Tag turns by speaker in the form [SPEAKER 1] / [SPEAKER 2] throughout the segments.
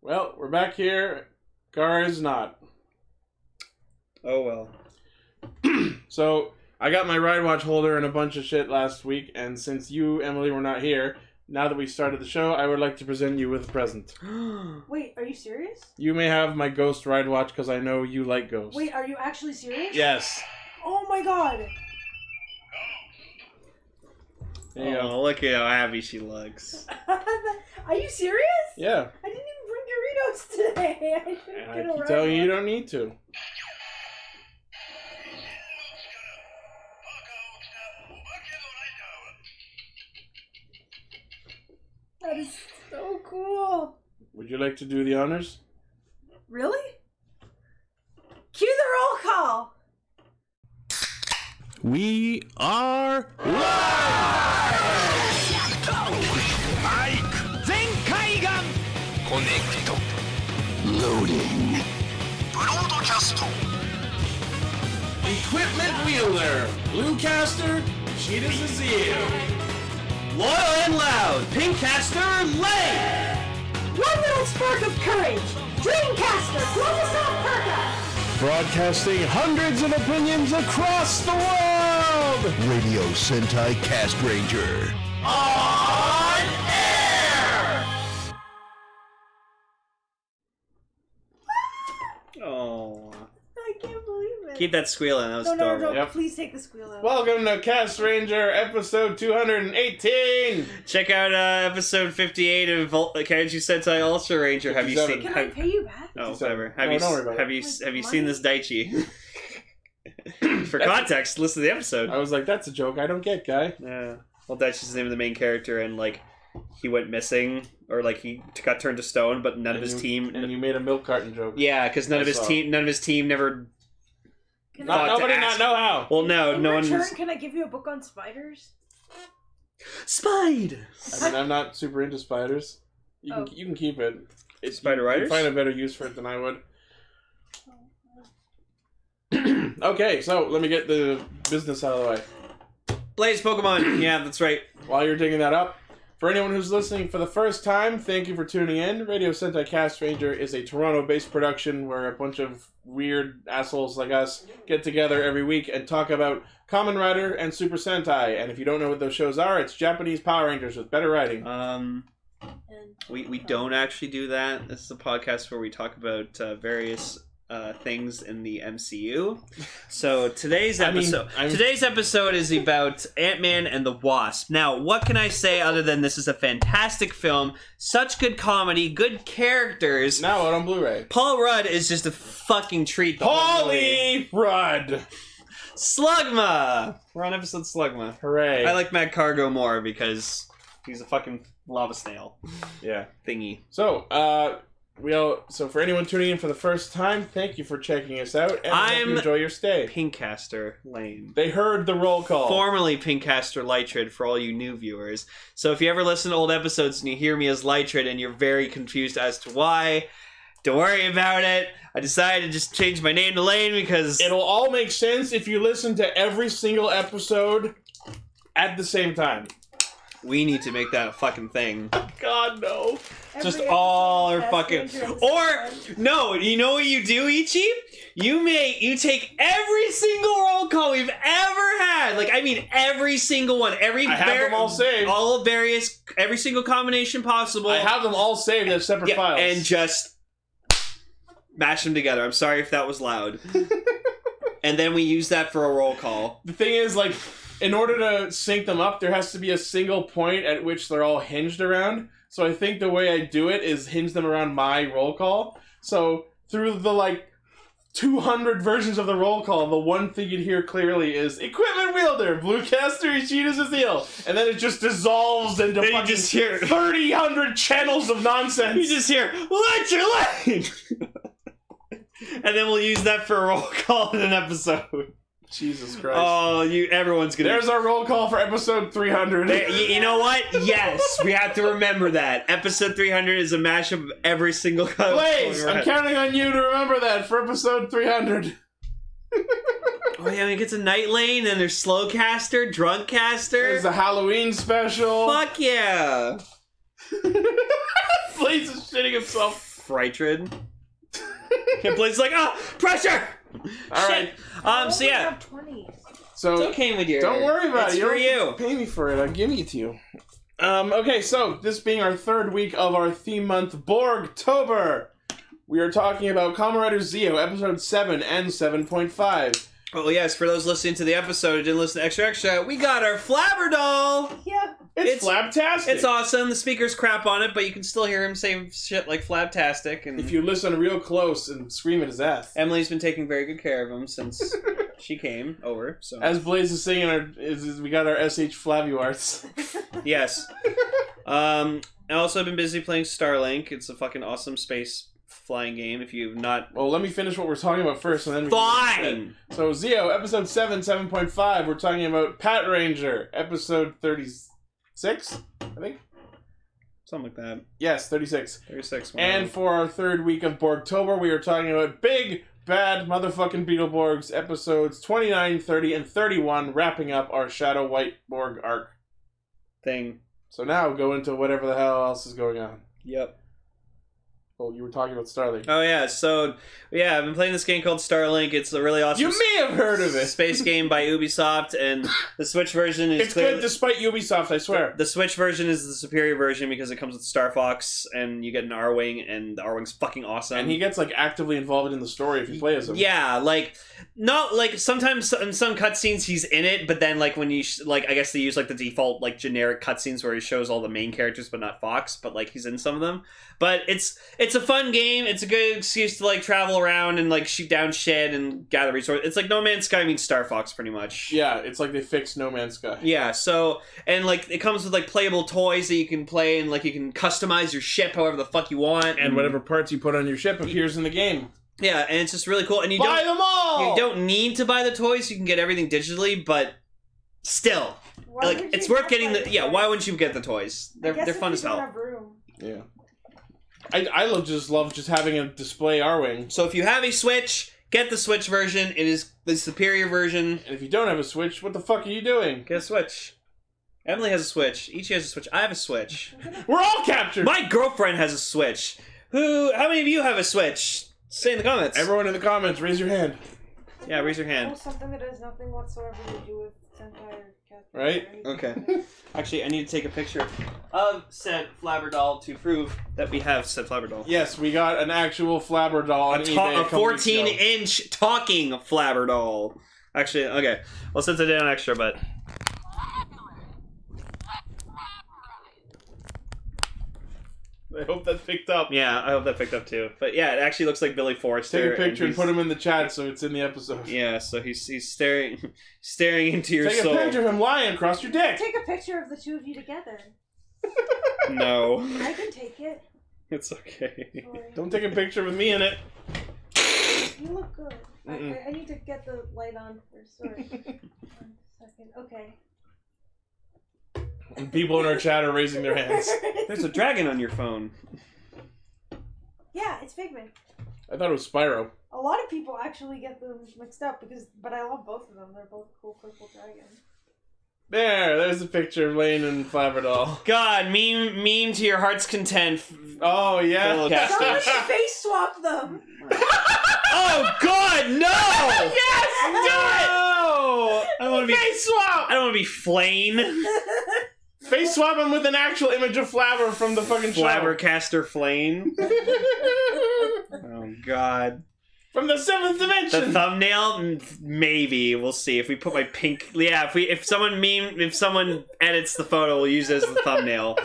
[SPEAKER 1] Well, we're back here. Gar is not.
[SPEAKER 2] Oh well.
[SPEAKER 1] So I got my ride watch holder and a bunch of shit last week, and since you, Emily, were not here, now that we started the show, I would like to present you with a present.
[SPEAKER 3] Wait, are you serious?
[SPEAKER 1] You may have my ghost ride watch because I know you like ghosts.
[SPEAKER 3] Wait, are you actually serious?
[SPEAKER 1] Yes.
[SPEAKER 3] Oh my god.
[SPEAKER 1] There you
[SPEAKER 2] oh,
[SPEAKER 1] go.
[SPEAKER 2] look at how happy she looks.
[SPEAKER 3] are you serious?
[SPEAKER 1] Yeah.
[SPEAKER 3] I didn't even bring Doritos today. I didn't
[SPEAKER 1] And
[SPEAKER 3] get
[SPEAKER 1] I
[SPEAKER 3] a
[SPEAKER 1] keep
[SPEAKER 3] ride
[SPEAKER 1] telling you, you
[SPEAKER 3] one.
[SPEAKER 1] don't need to.
[SPEAKER 3] That is so cool.
[SPEAKER 1] Would you like to do the honors?
[SPEAKER 3] Really? Cue the roll call.
[SPEAKER 4] We are live!
[SPEAKER 1] Equipment Wheeler, Bluecaster, Cheetah's Azeel.
[SPEAKER 4] Loyal and loud, Pinkcaster Lane!
[SPEAKER 3] One little spark of courage. Dreamcaster, global South Perka.
[SPEAKER 4] Broadcasting hundreds of opinions across the world!
[SPEAKER 5] Radio Sentai Cast Ranger.
[SPEAKER 4] On air!
[SPEAKER 2] Oh.
[SPEAKER 3] I can't believe it.
[SPEAKER 2] Keep that squealing. That was
[SPEAKER 3] no, no, no,
[SPEAKER 2] adorable.
[SPEAKER 3] no.
[SPEAKER 1] Yep.
[SPEAKER 3] Please take the squeal out.
[SPEAKER 1] Welcome to Cast Ranger episode 218.
[SPEAKER 2] Check out uh, episode 58 of Vol- uh, Kaiju Sentai Ultra Ranger. Have you seen?
[SPEAKER 1] 57.
[SPEAKER 3] Can I
[SPEAKER 2] Have,
[SPEAKER 3] pay you back?
[SPEAKER 1] 57.
[SPEAKER 2] oh, whatever. Have
[SPEAKER 1] No,
[SPEAKER 2] you
[SPEAKER 1] don't worry about
[SPEAKER 2] have
[SPEAKER 1] it.
[SPEAKER 2] you
[SPEAKER 3] Like
[SPEAKER 2] have you
[SPEAKER 3] money?
[SPEAKER 2] seen this Daichi? For
[SPEAKER 1] That's-
[SPEAKER 2] context, listen to the episode.
[SPEAKER 1] I was like, that's a joke I don't get, guy.
[SPEAKER 2] Yeah. Well, Daichi's the name of the main character, and like he went missing, or like he t- got turned to stone, but none of
[SPEAKER 1] And
[SPEAKER 2] his
[SPEAKER 1] you-
[SPEAKER 2] team.
[SPEAKER 1] And you made a milk carton joke.
[SPEAKER 2] yeah, because none
[SPEAKER 1] I
[SPEAKER 2] of his
[SPEAKER 1] saw.
[SPEAKER 2] team, none of his team never.
[SPEAKER 3] Can
[SPEAKER 1] Not,
[SPEAKER 2] Thought to
[SPEAKER 1] nobody not
[SPEAKER 2] ask.
[SPEAKER 1] know how.
[SPEAKER 2] Well, no,
[SPEAKER 3] In
[SPEAKER 2] no
[SPEAKER 3] return,
[SPEAKER 2] one.
[SPEAKER 3] can I give you a book on spiders?
[SPEAKER 2] Spide.
[SPEAKER 1] I mean, I'm not super into spiders. You can
[SPEAKER 3] Oh.
[SPEAKER 1] you can keep it. It's
[SPEAKER 2] Spider
[SPEAKER 1] you, you
[SPEAKER 2] riders?
[SPEAKER 1] find a better use for it than I would. okay, so let me get the business out of the way.
[SPEAKER 2] Blaze Pokemon. yeah, that's right.
[SPEAKER 1] While you're digging that up, for anyone who's listening for the first time, thank you for tuning in. Radio Sentai Cast Ranger is a Toronto-based production where a bunch of weird assholes like us get together every week and talk about Common Rider and Super Sentai. And if you don't know what those shows are, it's Japanese Power Rangers with better writing.
[SPEAKER 2] Um,
[SPEAKER 3] And uh,
[SPEAKER 2] we we don't actually do that. This is a podcast where we talk about uh, various uh, things in the MCU. So today's
[SPEAKER 1] I mean,
[SPEAKER 2] episode,
[SPEAKER 1] I'm-
[SPEAKER 2] today's episode is about Ant Man and the Wasp. Now, what can I say other than this is a fantastic film, such good comedy, good characters.
[SPEAKER 1] Now out on Blu-ray.
[SPEAKER 2] Paul Rudd is just a fucking treat. the whole movie.
[SPEAKER 1] Polly Rudd.
[SPEAKER 2] Slugma. We're on episode Slugma.
[SPEAKER 1] Hooray.
[SPEAKER 2] I like Matt Cargo more because he's a fucking lava snail
[SPEAKER 1] yeah.
[SPEAKER 2] thingy.
[SPEAKER 1] So, uh we all so for anyone tuning in for the first time, thank you for checking us out and I hope you
[SPEAKER 2] I'm-
[SPEAKER 1] enjoy your stay.
[SPEAKER 2] Pinkcaster Lane.
[SPEAKER 1] They heard the roll call.
[SPEAKER 2] Formerly Pinkcaster Lytrid for all you new viewers. So if you ever listen to old episodes and you hear me as Lytrid and you're very confused as to why, don't worry about it. I decided to just change my name to Lane because
[SPEAKER 1] It'll all make sense if you listen to every single episode at the same time.
[SPEAKER 2] we need to make that a fucking thing.
[SPEAKER 1] God no.
[SPEAKER 3] every
[SPEAKER 2] Just
[SPEAKER 3] episode
[SPEAKER 2] all
[SPEAKER 3] of
[SPEAKER 2] are
[SPEAKER 3] Cast
[SPEAKER 2] fucking
[SPEAKER 3] Ranger and
[SPEAKER 2] or
[SPEAKER 3] Spiders.
[SPEAKER 2] no, you know what you do, Ichi? You may you take every single roll call we've ever had. Like I mean every single one, every
[SPEAKER 1] I have
[SPEAKER 2] var-
[SPEAKER 1] them all saved.
[SPEAKER 2] all various every single combination possible.
[SPEAKER 1] I have them all saved as separate
[SPEAKER 2] Yeah,
[SPEAKER 1] files.
[SPEAKER 2] and just mash them together. I'm sorry if that was loud. and then we use that for a roll call.
[SPEAKER 1] the thing is like in order to sync them up there has to be a single point at which they're all hinged around so i think the way i do it is hinge them around my roll call so through the like 200 versions of the roll call the one thing you'd hear clearly is equipment wielder bluecaster Ichida's Azeel and then it just dissolves into
[SPEAKER 2] Then you
[SPEAKER 1] fucking
[SPEAKER 2] just hear-
[SPEAKER 1] 30 hundred channels of nonsense
[SPEAKER 2] You just hear, let your lane! and then we'll use that for a roll call in an episode.
[SPEAKER 1] jesus christ
[SPEAKER 2] Oh, you everyone's gonna
[SPEAKER 1] there's our roll call for episode 300
[SPEAKER 2] There- you, you know what? Yes, we have to remember that. Episode 300 is a mashup of every single color.
[SPEAKER 1] Blaze, I'm counting on you to remember that for episode 300.
[SPEAKER 2] Oh, yeah, we get to Night Lane, and there's Slowcaster, Drunkcaster.
[SPEAKER 1] There's a Halloween special.
[SPEAKER 2] Fuck yeah.
[SPEAKER 1] Blaze is shitting himself.
[SPEAKER 2] Frytrid. and Blade's like, ah, pressure!
[SPEAKER 1] All right.
[SPEAKER 2] Um, so yeah,
[SPEAKER 3] have 20s.
[SPEAKER 1] So
[SPEAKER 2] it's okay with you.
[SPEAKER 1] Don't worry about
[SPEAKER 2] it's
[SPEAKER 1] it.
[SPEAKER 2] for
[SPEAKER 1] You don't
[SPEAKER 2] you.
[SPEAKER 1] have to Pay me for it. I'm giving it to you. Um, okay, so this being our third week of our theme month, Borgtober, we are talking about Kamen Rider Zeo, episode 7 and 7.5.
[SPEAKER 2] Oh yes, for those listening to the episode who didn't listen to Extra Extra, we got our Flabber doll.
[SPEAKER 3] Yeah.
[SPEAKER 1] It's,
[SPEAKER 2] It's-
[SPEAKER 1] flabtastic.
[SPEAKER 2] It's awesome. The speaker's crap on it, but you can still hear him saying shit like flabtastic. And
[SPEAKER 1] If you listen real close and scream at his ass.
[SPEAKER 2] Emily's been taking very good care of him since she came over. So
[SPEAKER 1] As Blaze is singing, our, is, is we got our SH Flavuarts.
[SPEAKER 2] yes. Um, I also have been busy playing Starlink. It's a fucking awesome space flying game. If you've not,
[SPEAKER 1] Well, let me finish what we're talking about first, and then we can-
[SPEAKER 2] fine.
[SPEAKER 1] So Zeo, episode seven, seven point five. We're talking about Pat Ranger, episode thirty-six, I think.
[SPEAKER 2] Something like that.
[SPEAKER 1] Yes, thirty-six.
[SPEAKER 2] Thirty-six. one.
[SPEAKER 1] And for our third week of Borgtober, we are talking about big, bad motherfucking Beetleborgs episodes 29, 30, and 31, wrapping up our Shadow White Borg arc.
[SPEAKER 2] thing.
[SPEAKER 1] So now go into whatever the hell else is going on.
[SPEAKER 2] Yep.
[SPEAKER 1] Well, you were talking about Starling.
[SPEAKER 2] Oh yeah, so yeah, I've been playing this game called Starlink. It's a really awesome
[SPEAKER 1] you may have heard of it.
[SPEAKER 2] space game by Ubisoft, and the Switch version is
[SPEAKER 1] It's
[SPEAKER 2] clearly-
[SPEAKER 1] good despite Ubisoft, I swear.
[SPEAKER 2] the Switch version is the superior version because it comes with Star Fox, and you get an R wing, and the R wing's fucking awesome.
[SPEAKER 1] And he gets like actively involved in the story if you play as him.
[SPEAKER 2] yeah, like not like sometimes in some cutscenes he's in it, but then like when you sh- like I guess they use like the default like generic cutscenes where he shows all the main characters but not Fox, but like he's in some of them. But it's it's a fun game. It's a good excuse to like travel around and like shoot down shit and gather resources. It's like No Man's Sky means Star Fox pretty much.
[SPEAKER 1] Yeah, it's like they fixed No Man's Sky.
[SPEAKER 2] Yeah, so and like it comes with like playable toys that you can play and like you can customize your ship however the fuck you want
[SPEAKER 1] And whatever parts you put on your ship appears in the game.
[SPEAKER 2] Yeah, and it's just really cool. And you
[SPEAKER 1] Buy
[SPEAKER 2] don't
[SPEAKER 1] them all!
[SPEAKER 3] Oh.
[SPEAKER 2] you don't need to buy the toys; you can get everything digitally. But still,
[SPEAKER 3] Why
[SPEAKER 2] like
[SPEAKER 3] would
[SPEAKER 2] it's
[SPEAKER 3] you
[SPEAKER 2] worth
[SPEAKER 3] have,
[SPEAKER 2] getting
[SPEAKER 3] like,
[SPEAKER 2] the yeah. Why wouldn't you get the toys?
[SPEAKER 3] I
[SPEAKER 2] They're
[SPEAKER 3] guess
[SPEAKER 2] they're
[SPEAKER 3] if
[SPEAKER 2] fun
[SPEAKER 3] you
[SPEAKER 2] as
[SPEAKER 3] don't
[SPEAKER 2] hell.
[SPEAKER 3] have room.
[SPEAKER 1] Yeah. I, I love, just love just having a display R Wing.
[SPEAKER 2] So if you have a Switch, get the Switch version. It is the superior version.
[SPEAKER 1] And if you don't have a Switch, what the fuck are you doing?
[SPEAKER 2] Get a Switch. Emily has a Switch. Ichi has a Switch. I have a Switch.
[SPEAKER 1] We're all captured!
[SPEAKER 2] My girlfriend has a Switch. Who? How many of you have a Switch? Say in the comments.
[SPEAKER 1] Everyone in the comments, raise your hand.
[SPEAKER 2] yeah, raise your
[SPEAKER 3] Or
[SPEAKER 2] hand.
[SPEAKER 3] something that has nothing whatsoever to do with Sentai or Cat.
[SPEAKER 1] Right?
[SPEAKER 2] Okay. Actually, I need to take a picture of said Flabberdoll to prove that we have said Flabberdoll.
[SPEAKER 1] Yes, we got an actual flabber doll on
[SPEAKER 2] a,
[SPEAKER 1] eBay.
[SPEAKER 2] ta- a
[SPEAKER 1] couple weeks
[SPEAKER 2] 14
[SPEAKER 1] ago.
[SPEAKER 2] inch talking flabber doll. Actually, okay. Well, since I did an extra, but
[SPEAKER 1] I hope that's picked up.
[SPEAKER 2] yeah, I hope that picked up too. But yeah, it actually looks like Billy
[SPEAKER 1] Take
[SPEAKER 2] Forrester.
[SPEAKER 1] a picture and
[SPEAKER 2] he's-
[SPEAKER 1] put him in the chat so it's in the episode.
[SPEAKER 2] Yeah, so he's he's staring, staring into your
[SPEAKER 1] Take
[SPEAKER 2] soul.
[SPEAKER 1] a picture of him lying across your dick.
[SPEAKER 3] Take a picture of the two of you together.
[SPEAKER 2] No,
[SPEAKER 3] I can take it.
[SPEAKER 2] it's okay.
[SPEAKER 3] Sorry.
[SPEAKER 1] Don't take a picture with me in it.
[SPEAKER 3] You look good. I,
[SPEAKER 1] Mm-mm.
[SPEAKER 3] I- I need to get the light on first. Sorry. One second. Okay.
[SPEAKER 1] And people in our chat are raising their hands.
[SPEAKER 2] There's a dragon on your phone.
[SPEAKER 3] yeah, it's Figment.
[SPEAKER 1] I thought it was Spyro.
[SPEAKER 3] A lot of people actually get them mixed up because, but I love both of them. They're both cool purple dragons.
[SPEAKER 1] There, there's a picture of Lane and Flabberdoll.
[SPEAKER 2] God, meme, meme to your heart's content.
[SPEAKER 1] Oh, yeah.
[SPEAKER 2] Fellow cast.
[SPEAKER 3] Somebody face swap them.
[SPEAKER 2] Oh God, no!
[SPEAKER 1] yes!
[SPEAKER 2] No! I don't want to be.
[SPEAKER 1] Face swap!
[SPEAKER 2] I don't want to be Flane.
[SPEAKER 1] Face swap him with an actual image of Flabber from the fucking show.
[SPEAKER 2] Flabbercaster Flane. Oh God.
[SPEAKER 1] from the seventh
[SPEAKER 2] The
[SPEAKER 1] dimension.
[SPEAKER 2] thumbnail, Mm, maybe we'll see if we put my pink. Yeah, if we if someone meme if someone edits the photo, we'll use it as the thumbnail.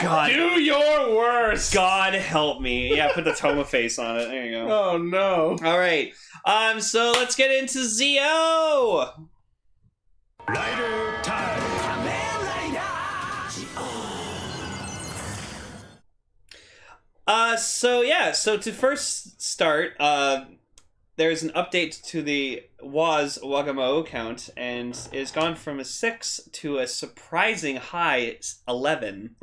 [SPEAKER 2] God,
[SPEAKER 1] Do your worst.
[SPEAKER 2] God help me. Yeah, put the Toma face on it. There you go.
[SPEAKER 1] Oh no.
[SPEAKER 2] All right. Um. So let's get into Zio.
[SPEAKER 4] Rider time.
[SPEAKER 2] Uh. So yeah. So to first start, uh, there's an update to the Waz Wagamo count, and it's gone from a six to a surprising high eleven.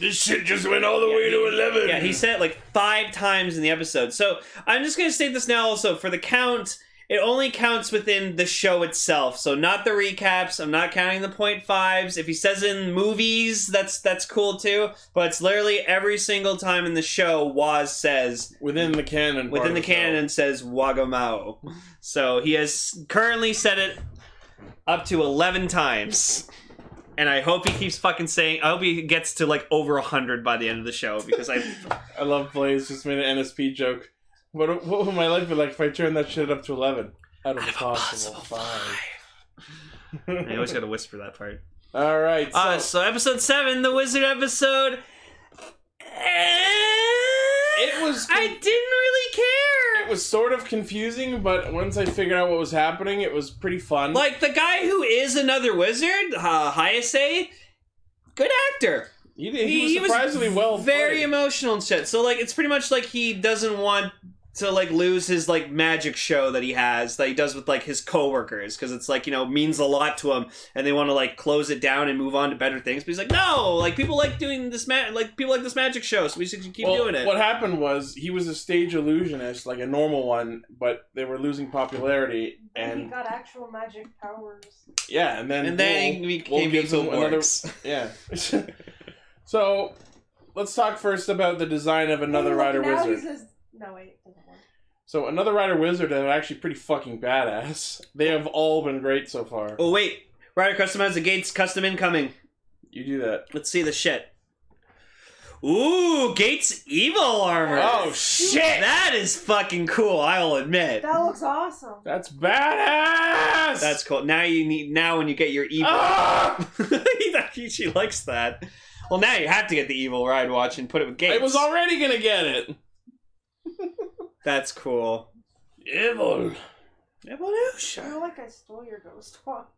[SPEAKER 1] This shit just went all the way to eleven.
[SPEAKER 2] Yeah, he said it like five times in the episode. So I'm just gonna state this now. Also, for the count, It only counts within the show itself, so not the recaps. I'm not counting the point fives. If he says it in movies, that's that's cool too. But it's literally every single time in the show, Waz says
[SPEAKER 1] within the canon. part
[SPEAKER 2] within
[SPEAKER 1] of
[SPEAKER 2] the
[SPEAKER 1] show.
[SPEAKER 2] canon says Wagamao. So he has currently said it up to eleven times. And I hope he keeps fucking saying. I hope he gets to like over hundred by the end of the show because I
[SPEAKER 1] I love Blaze. Just made an NSP joke. What what would my life be like if I turned that shit up to eleven? Out of a possible five.
[SPEAKER 2] I always got to whisper that part.
[SPEAKER 1] All right. So,
[SPEAKER 2] Uh, so episode seven, the wizard episode. It
[SPEAKER 1] was-
[SPEAKER 2] I didn't really care.
[SPEAKER 1] it was sort of confusing, but once I figured out what was happening, it was pretty fun.
[SPEAKER 2] like the guy who is another wizard, uh, Hayase. Good actor.
[SPEAKER 1] he, did- he was surprisingly well.
[SPEAKER 2] very
[SPEAKER 1] played.
[SPEAKER 2] emotional and shit. So like, it's pretty much like he doesn't want to like lose his like magic show that he has that he does with like his coworkers because it's like you know means a lot to him and they want to like close it down and move on to better things. But he's like, no, like people like doing this ma- like people like this magic show, so we should keep
[SPEAKER 1] Well,
[SPEAKER 2] doing it.
[SPEAKER 1] What happened was he was a stage illusionist, like a normal one, but they were losing popularity,
[SPEAKER 3] he
[SPEAKER 1] and
[SPEAKER 3] got actual magic powers.
[SPEAKER 1] yeah, and then
[SPEAKER 2] and then
[SPEAKER 1] Bull-
[SPEAKER 2] he
[SPEAKER 1] we'll
[SPEAKER 2] became
[SPEAKER 1] give
[SPEAKER 2] evil
[SPEAKER 1] them another-
[SPEAKER 2] orcs.
[SPEAKER 1] yeah. so let's talk first about the design of another
[SPEAKER 3] Ooh,
[SPEAKER 1] rider
[SPEAKER 3] now
[SPEAKER 1] wizard.
[SPEAKER 3] He says, no, wait, it doesn't work.
[SPEAKER 1] So another rider wizard are actually pretty fucking badass. They have all been great so far.
[SPEAKER 2] Oh wait, Rider customize the gates, custom incoming.
[SPEAKER 1] You do that.
[SPEAKER 2] Let's see the shit. Ooh, Gates evil armor.
[SPEAKER 1] Oh shit!
[SPEAKER 2] That is fucking cool. I'll admit.
[SPEAKER 3] That looks awesome.
[SPEAKER 1] That's badass.
[SPEAKER 2] That's cool. Now you need. Now when you get your evil,
[SPEAKER 1] Ah!
[SPEAKER 2] she likes that. Well, now you have to get the evil ride watch and put it with Gates.
[SPEAKER 1] I was already gonna get it.
[SPEAKER 2] That's cool.
[SPEAKER 1] Evil.
[SPEAKER 3] I
[SPEAKER 2] Evolution.
[SPEAKER 3] feel like I stole your ghost watch.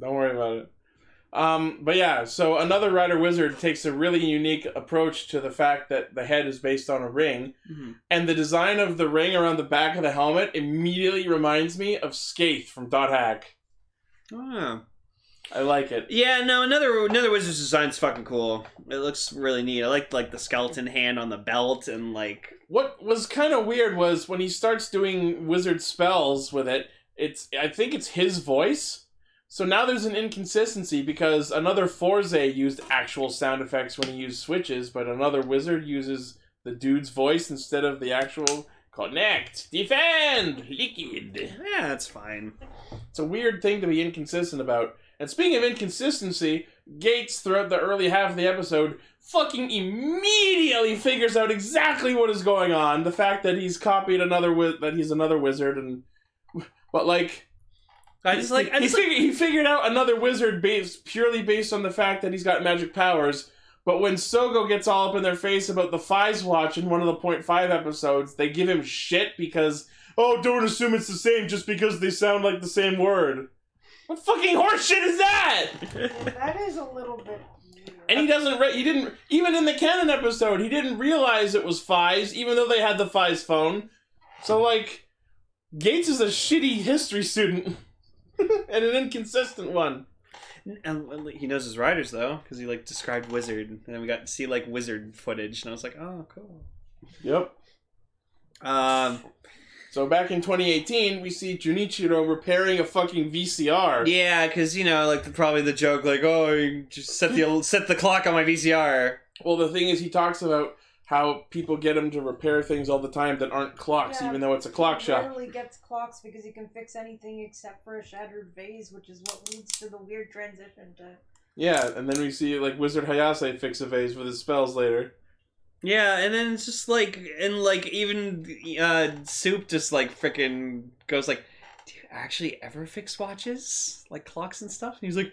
[SPEAKER 1] Don't worry about it. Um, but yeah, so another rider wizard takes a really unique approach to the fact that the head is based on a ring,
[SPEAKER 2] Mhm.
[SPEAKER 1] and the design of the ring around the back of the helmet immediately reminds me of Skaith from Dot Hack.
[SPEAKER 2] Oh.
[SPEAKER 1] I like it.
[SPEAKER 2] Yeah, no, another another wizard's design's fucking cool. It looks really neat. I like like the skeleton hand on the belt and like
[SPEAKER 1] What was kind of weird was when he starts doing wizard spells with it. It's I think it's his voice. So now there's an inconsistency because another Forze used actual sound effects when he used switches, but another wizard uses the dude's voice instead of the actual connect, defend, liquid.
[SPEAKER 2] yeah, that's fine.
[SPEAKER 1] It's a weird thing to be inconsistent about. And speaking of inconsistency, Gates throughout the early half of the episode fucking immediately figures out exactly what is going on. The fact that he's copied another wi- that he's another wizard and but like
[SPEAKER 2] I just like I
[SPEAKER 1] he,
[SPEAKER 2] just like,
[SPEAKER 1] fig- he figured out another wizard based purely based on the fact that he's got magic powers. But when Sogo gets all up in their face about the Fives Watch in one of the Point Five episodes, they give him shit because oh, don't assume it's the same just because they sound like the same word. What fucking horseshit is that?
[SPEAKER 3] Yeah, that is a little bit weird.
[SPEAKER 1] And he doesn't. Re- he didn't even in the canon episode. He didn't realize it was Fives, even though they had the Fives phone. So like, Gates is a shitty history student and an inconsistent one.
[SPEAKER 2] and, and he knows his riders though because he like described wizard and then we got to see like wizard footage and I was like oh cool.
[SPEAKER 1] Yep.
[SPEAKER 2] Um,
[SPEAKER 1] So back in 2018, we see Junichiro repairing a fucking VCR.
[SPEAKER 2] yeah, because you know, like the, probably the joke, like, oh, you just set the set the clock on my VCR.
[SPEAKER 1] Well, the thing is, he talks about how people get him to repair things all the time that aren't clocks,
[SPEAKER 3] Yeah.
[SPEAKER 1] even though it's a clock
[SPEAKER 3] He
[SPEAKER 1] shop.
[SPEAKER 3] rarely gets clocks because he can fix anything except for a shattered vase, which is what leads to the weird transition to.
[SPEAKER 1] Yeah, and then we see like Wizard Hayase fix a vase with his spells later.
[SPEAKER 2] Yeah, and then it's just like, and like even uh, soup just like freaking goes like, do you actually ever fix watches like clocks and stuff? And he's like,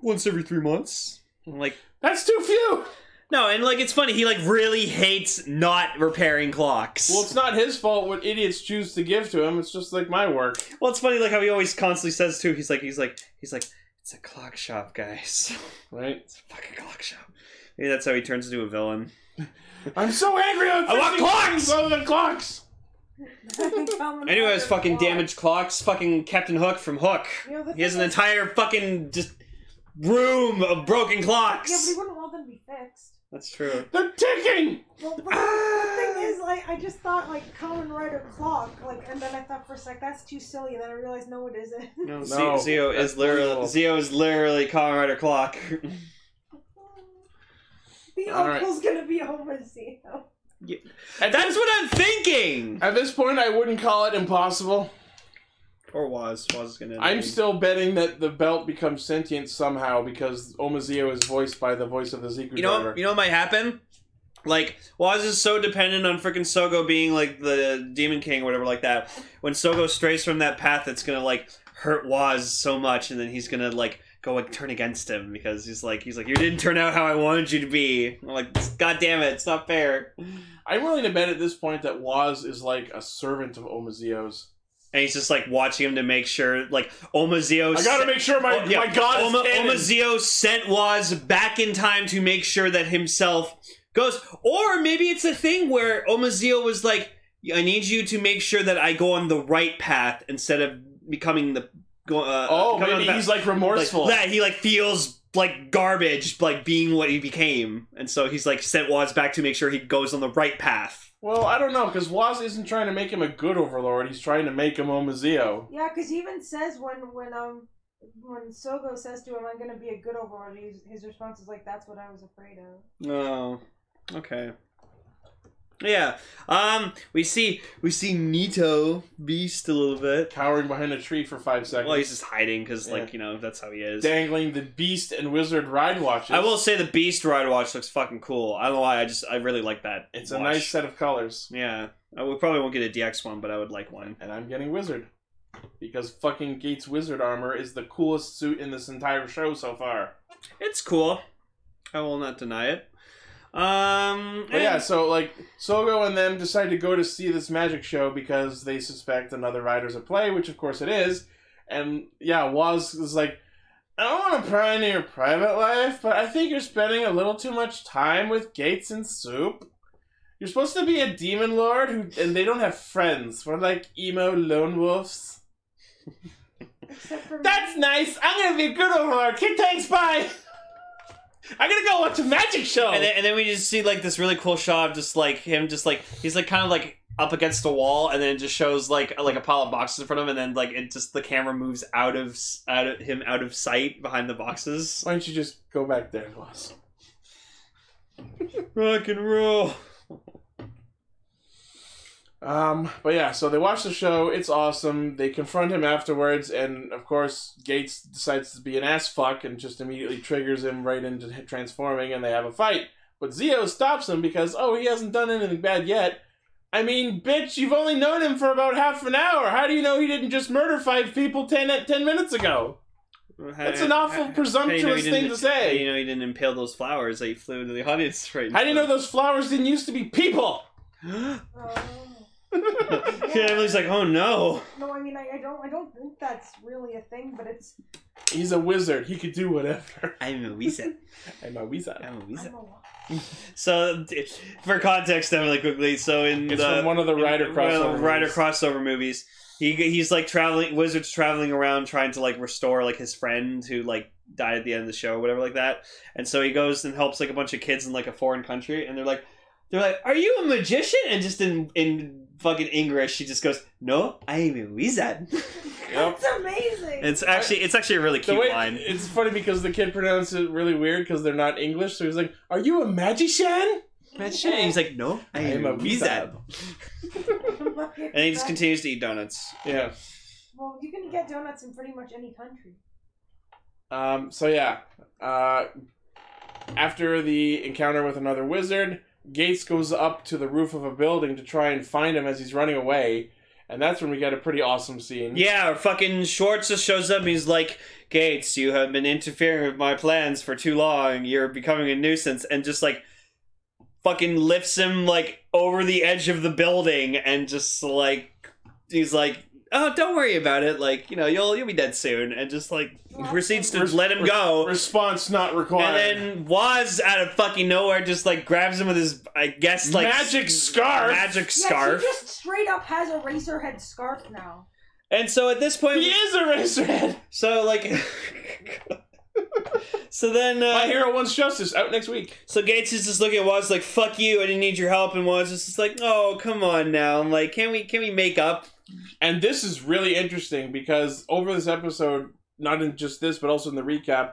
[SPEAKER 2] once every three months. I'm like,
[SPEAKER 1] That's too few.
[SPEAKER 2] no, and like it's funny. He like really hates not repairing clocks.
[SPEAKER 1] Well, it's not his fault what idiots choose to give to him. It's just like my work.
[SPEAKER 2] Well, it's funny, like how he always constantly says too. He's like, he's like, he's like, it's a clock shop, guys.
[SPEAKER 1] Right?
[SPEAKER 2] It's a fucking clock shop. Maybe that's how he turns into a villain.
[SPEAKER 1] I'm so angry on
[SPEAKER 2] I want
[SPEAKER 1] fixing
[SPEAKER 2] clocks!
[SPEAKER 1] things other than clocks.
[SPEAKER 2] Anyways, fucking
[SPEAKER 3] damage.
[SPEAKER 2] damaged clocks. Fucking Captain Hook from Hook.
[SPEAKER 3] You know, the
[SPEAKER 2] He has
[SPEAKER 3] thing
[SPEAKER 2] an
[SPEAKER 3] is-
[SPEAKER 2] entire fucking just room of broken
[SPEAKER 3] Yeah, but
[SPEAKER 2] clocks.
[SPEAKER 3] he wouldn't want them to be fixed.
[SPEAKER 2] That's true.
[SPEAKER 1] They're ticking.
[SPEAKER 3] Ah! Well, but the thing is, like, I I just thought like Common Rider Clock, like, and then I thought for a sec that's too silly, and then I realized no, it isn't.
[SPEAKER 2] No,
[SPEAKER 1] No,
[SPEAKER 2] Zio is
[SPEAKER 1] that's
[SPEAKER 2] literally
[SPEAKER 1] brutal.
[SPEAKER 2] Zio is literally Kamen Rider Clock.
[SPEAKER 3] the
[SPEAKER 1] All right.
[SPEAKER 3] uncle's gonna be Homer Zeno.
[SPEAKER 1] At,
[SPEAKER 2] That's what I'm thinking.
[SPEAKER 1] at this point, I wouldn't call it impossible.
[SPEAKER 2] Or was was is gonna.
[SPEAKER 1] I'm still betting that the belt becomes sentient somehow because Omazeo is voiced by the voice of the Ziku
[SPEAKER 2] You know,
[SPEAKER 1] driver.
[SPEAKER 2] you know what might happen? Like, Waz is so dependent on freaking Sogo being like the Demon King or whatever like that. When Sogo strays from that path, it's gonna like hurt Waz so much, and then he's gonna like go like turn against him because he's like he's like you didn't turn out how I wanted you to be. I'm like, God damn it, it's not fair.
[SPEAKER 1] I'm willing to bet at this point that Waz is like a servant of Omazeo's.
[SPEAKER 2] And he's just like watching him to make sure like Omazeo.
[SPEAKER 1] I gotta make sure my,
[SPEAKER 2] Oh, yeah.
[SPEAKER 1] my god
[SPEAKER 2] Oma,
[SPEAKER 1] is canon.
[SPEAKER 2] Omazeo sent Waz back in time to make sure that himself goes. Or maybe it's a thing where Omazeo was like, I need you to make sure that I go on the right path instead of becoming the. go- Uh,
[SPEAKER 1] Oh,
[SPEAKER 2] becoming on
[SPEAKER 1] maybe
[SPEAKER 2] the
[SPEAKER 1] he's
[SPEAKER 2] path."
[SPEAKER 1] like remorseful.
[SPEAKER 2] Like, that he like feels like garbage, like being what he became. And so he's like sent Waz back to make sure he goes on the right path.
[SPEAKER 1] well, I don't know because Waz isn't trying to make him a good overlord. He's trying to make him Omazeo.
[SPEAKER 3] Yeah, because he even says when when um when Sogo says to him, "I'm gonna be a good overlord," his, his response is like, "That's what I was afraid of."
[SPEAKER 2] Oh, okay. Yeah. Um, we see we see Nito beast a little bit.
[SPEAKER 1] Cowering behind a tree for five seconds.
[SPEAKER 2] Well, he's just hiding because,
[SPEAKER 1] Yeah.
[SPEAKER 2] like, you know, that's how he is.
[SPEAKER 1] dangling the beast and wizard ride watches.
[SPEAKER 2] I will say the Beast Ride watch looks fucking cool. I don't know why. I just I really like that.
[SPEAKER 1] It's a
[SPEAKER 2] watch.
[SPEAKER 1] nice set of colors,
[SPEAKER 2] Yeah. I will, probably won't get a DX one, but I would like one.
[SPEAKER 1] and I'm getting wizard because fucking Gates wizard armor is the coolest suit in this entire show so far.
[SPEAKER 2] It's cool. I will not deny it. Um.
[SPEAKER 1] But yeah, so like Sogo and them decide to go to see this magic show because they suspect another rider's at play, which of course it is. And yeah, Waz is like, I don't want to pry into your private life, but I think you're spending a little too much time with Gates and Soup. You're supposed to be a demon lord, who, and they don't have friends. We're like emo lone wolves.
[SPEAKER 3] Except for
[SPEAKER 1] That's
[SPEAKER 3] me.
[SPEAKER 1] nice. I'm gonna be a good overlord. Kid thanks, bye. I'm gonna go watch a magic show.
[SPEAKER 2] And then, and then we just see like this really cool shot of just like him, just like he's like kind of like up against a wall, and then it just shows like like a pile of boxes in front of him, and then like it just the camera moves out of s- out of him out of sight behind the boxes.
[SPEAKER 1] Why don't you just go back there, Waz?
[SPEAKER 2] Rock and roll.
[SPEAKER 1] Um, but yeah, so they watch the show. It's awesome. They confront him afterwards, and of course, Gates decides to be an ass fuck and just immediately triggers him right into transforming, and they have a fight. But Zio stops him because oh, he hasn't done anything bad yet. I mean, bitch, you've only known him for about half an hour. How do you know he didn't just murder five people ten ten minutes ago? That's an awful presumptuous thing to say.
[SPEAKER 2] You know he didn't impale those flowers that he flew into the audience right.
[SPEAKER 1] How do you know those flowers didn't used to be people?
[SPEAKER 3] Oh.
[SPEAKER 2] yeah, Emily's like, oh no.
[SPEAKER 3] No, I mean, I, I don't, I don't think that's really a thing, but it's.
[SPEAKER 1] He's a wizard. He could do whatever.
[SPEAKER 2] I'm a wizard.
[SPEAKER 1] I'm a wizard.
[SPEAKER 2] I'm a
[SPEAKER 3] I
[SPEAKER 2] wizard.
[SPEAKER 3] don't know.
[SPEAKER 2] So, t- for context, Emily, quickly. So in
[SPEAKER 1] It's
[SPEAKER 2] the
[SPEAKER 1] from one of the Rider
[SPEAKER 2] in-
[SPEAKER 1] crossover.
[SPEAKER 2] well, Rider
[SPEAKER 1] movies.
[SPEAKER 2] crossover movies. He he's like traveling wizards traveling around trying to like restore like his friend who like died at the end of the show or whatever like that. And so he goes and helps like a bunch of kids in like a foreign country and they're like they're like, "Are you a magician?" And just in in fucking English, she just goes, "No, I am a wizard."
[SPEAKER 1] Yep.
[SPEAKER 3] It's amazing.
[SPEAKER 2] it's actually it's actually a really
[SPEAKER 1] The
[SPEAKER 2] cute
[SPEAKER 1] way,
[SPEAKER 2] line.
[SPEAKER 1] It's funny because the kid pronounced it really weird because they're not English. So he's like, "Are you a magician?"
[SPEAKER 2] Magician. And he's like, "No, I am, a wizard." And he just continues to eat donuts.
[SPEAKER 1] Yeah.
[SPEAKER 3] Well, you can get donuts in pretty much any country.
[SPEAKER 1] Um. So yeah. Uh. After the encounter with another wizard, Gates goes up to the roof of a building to try and find him as he's running away, and that's when we get a pretty awesome scene.
[SPEAKER 2] Yeah, or fucking Schwartz just shows up and he's like, Gates, you have been interfering with my plans for too long. You're becoming a nuisance. And just like fucking lifts him like over the edge of the building and just like, he's like, oh, don't worry about it. Like, you know, you'll you'll be dead soon. And just like proceeds to
[SPEAKER 1] Res-
[SPEAKER 2] let him go.
[SPEAKER 1] Response not
[SPEAKER 2] and
[SPEAKER 1] required.
[SPEAKER 2] then Waz out of fucking nowhere just like grabs him with his, I guess, like
[SPEAKER 1] Magic scarf.
[SPEAKER 2] Magic
[SPEAKER 3] Yeah,
[SPEAKER 2] scarf.
[SPEAKER 3] she just straight up has a racer head scarf now.
[SPEAKER 2] and so at this point,
[SPEAKER 1] he is a racerhead.
[SPEAKER 2] So like So then, uh,
[SPEAKER 1] My Hero Wants Justice out next week.
[SPEAKER 2] so Gates is just looking at Watts like, "Fuck you, I didn't need your help," and Watts is just like, "Oh, come on now." I'm like, "Can we can we make up?"
[SPEAKER 1] And this is really interesting because over this episode, not in just this, but also in the recap,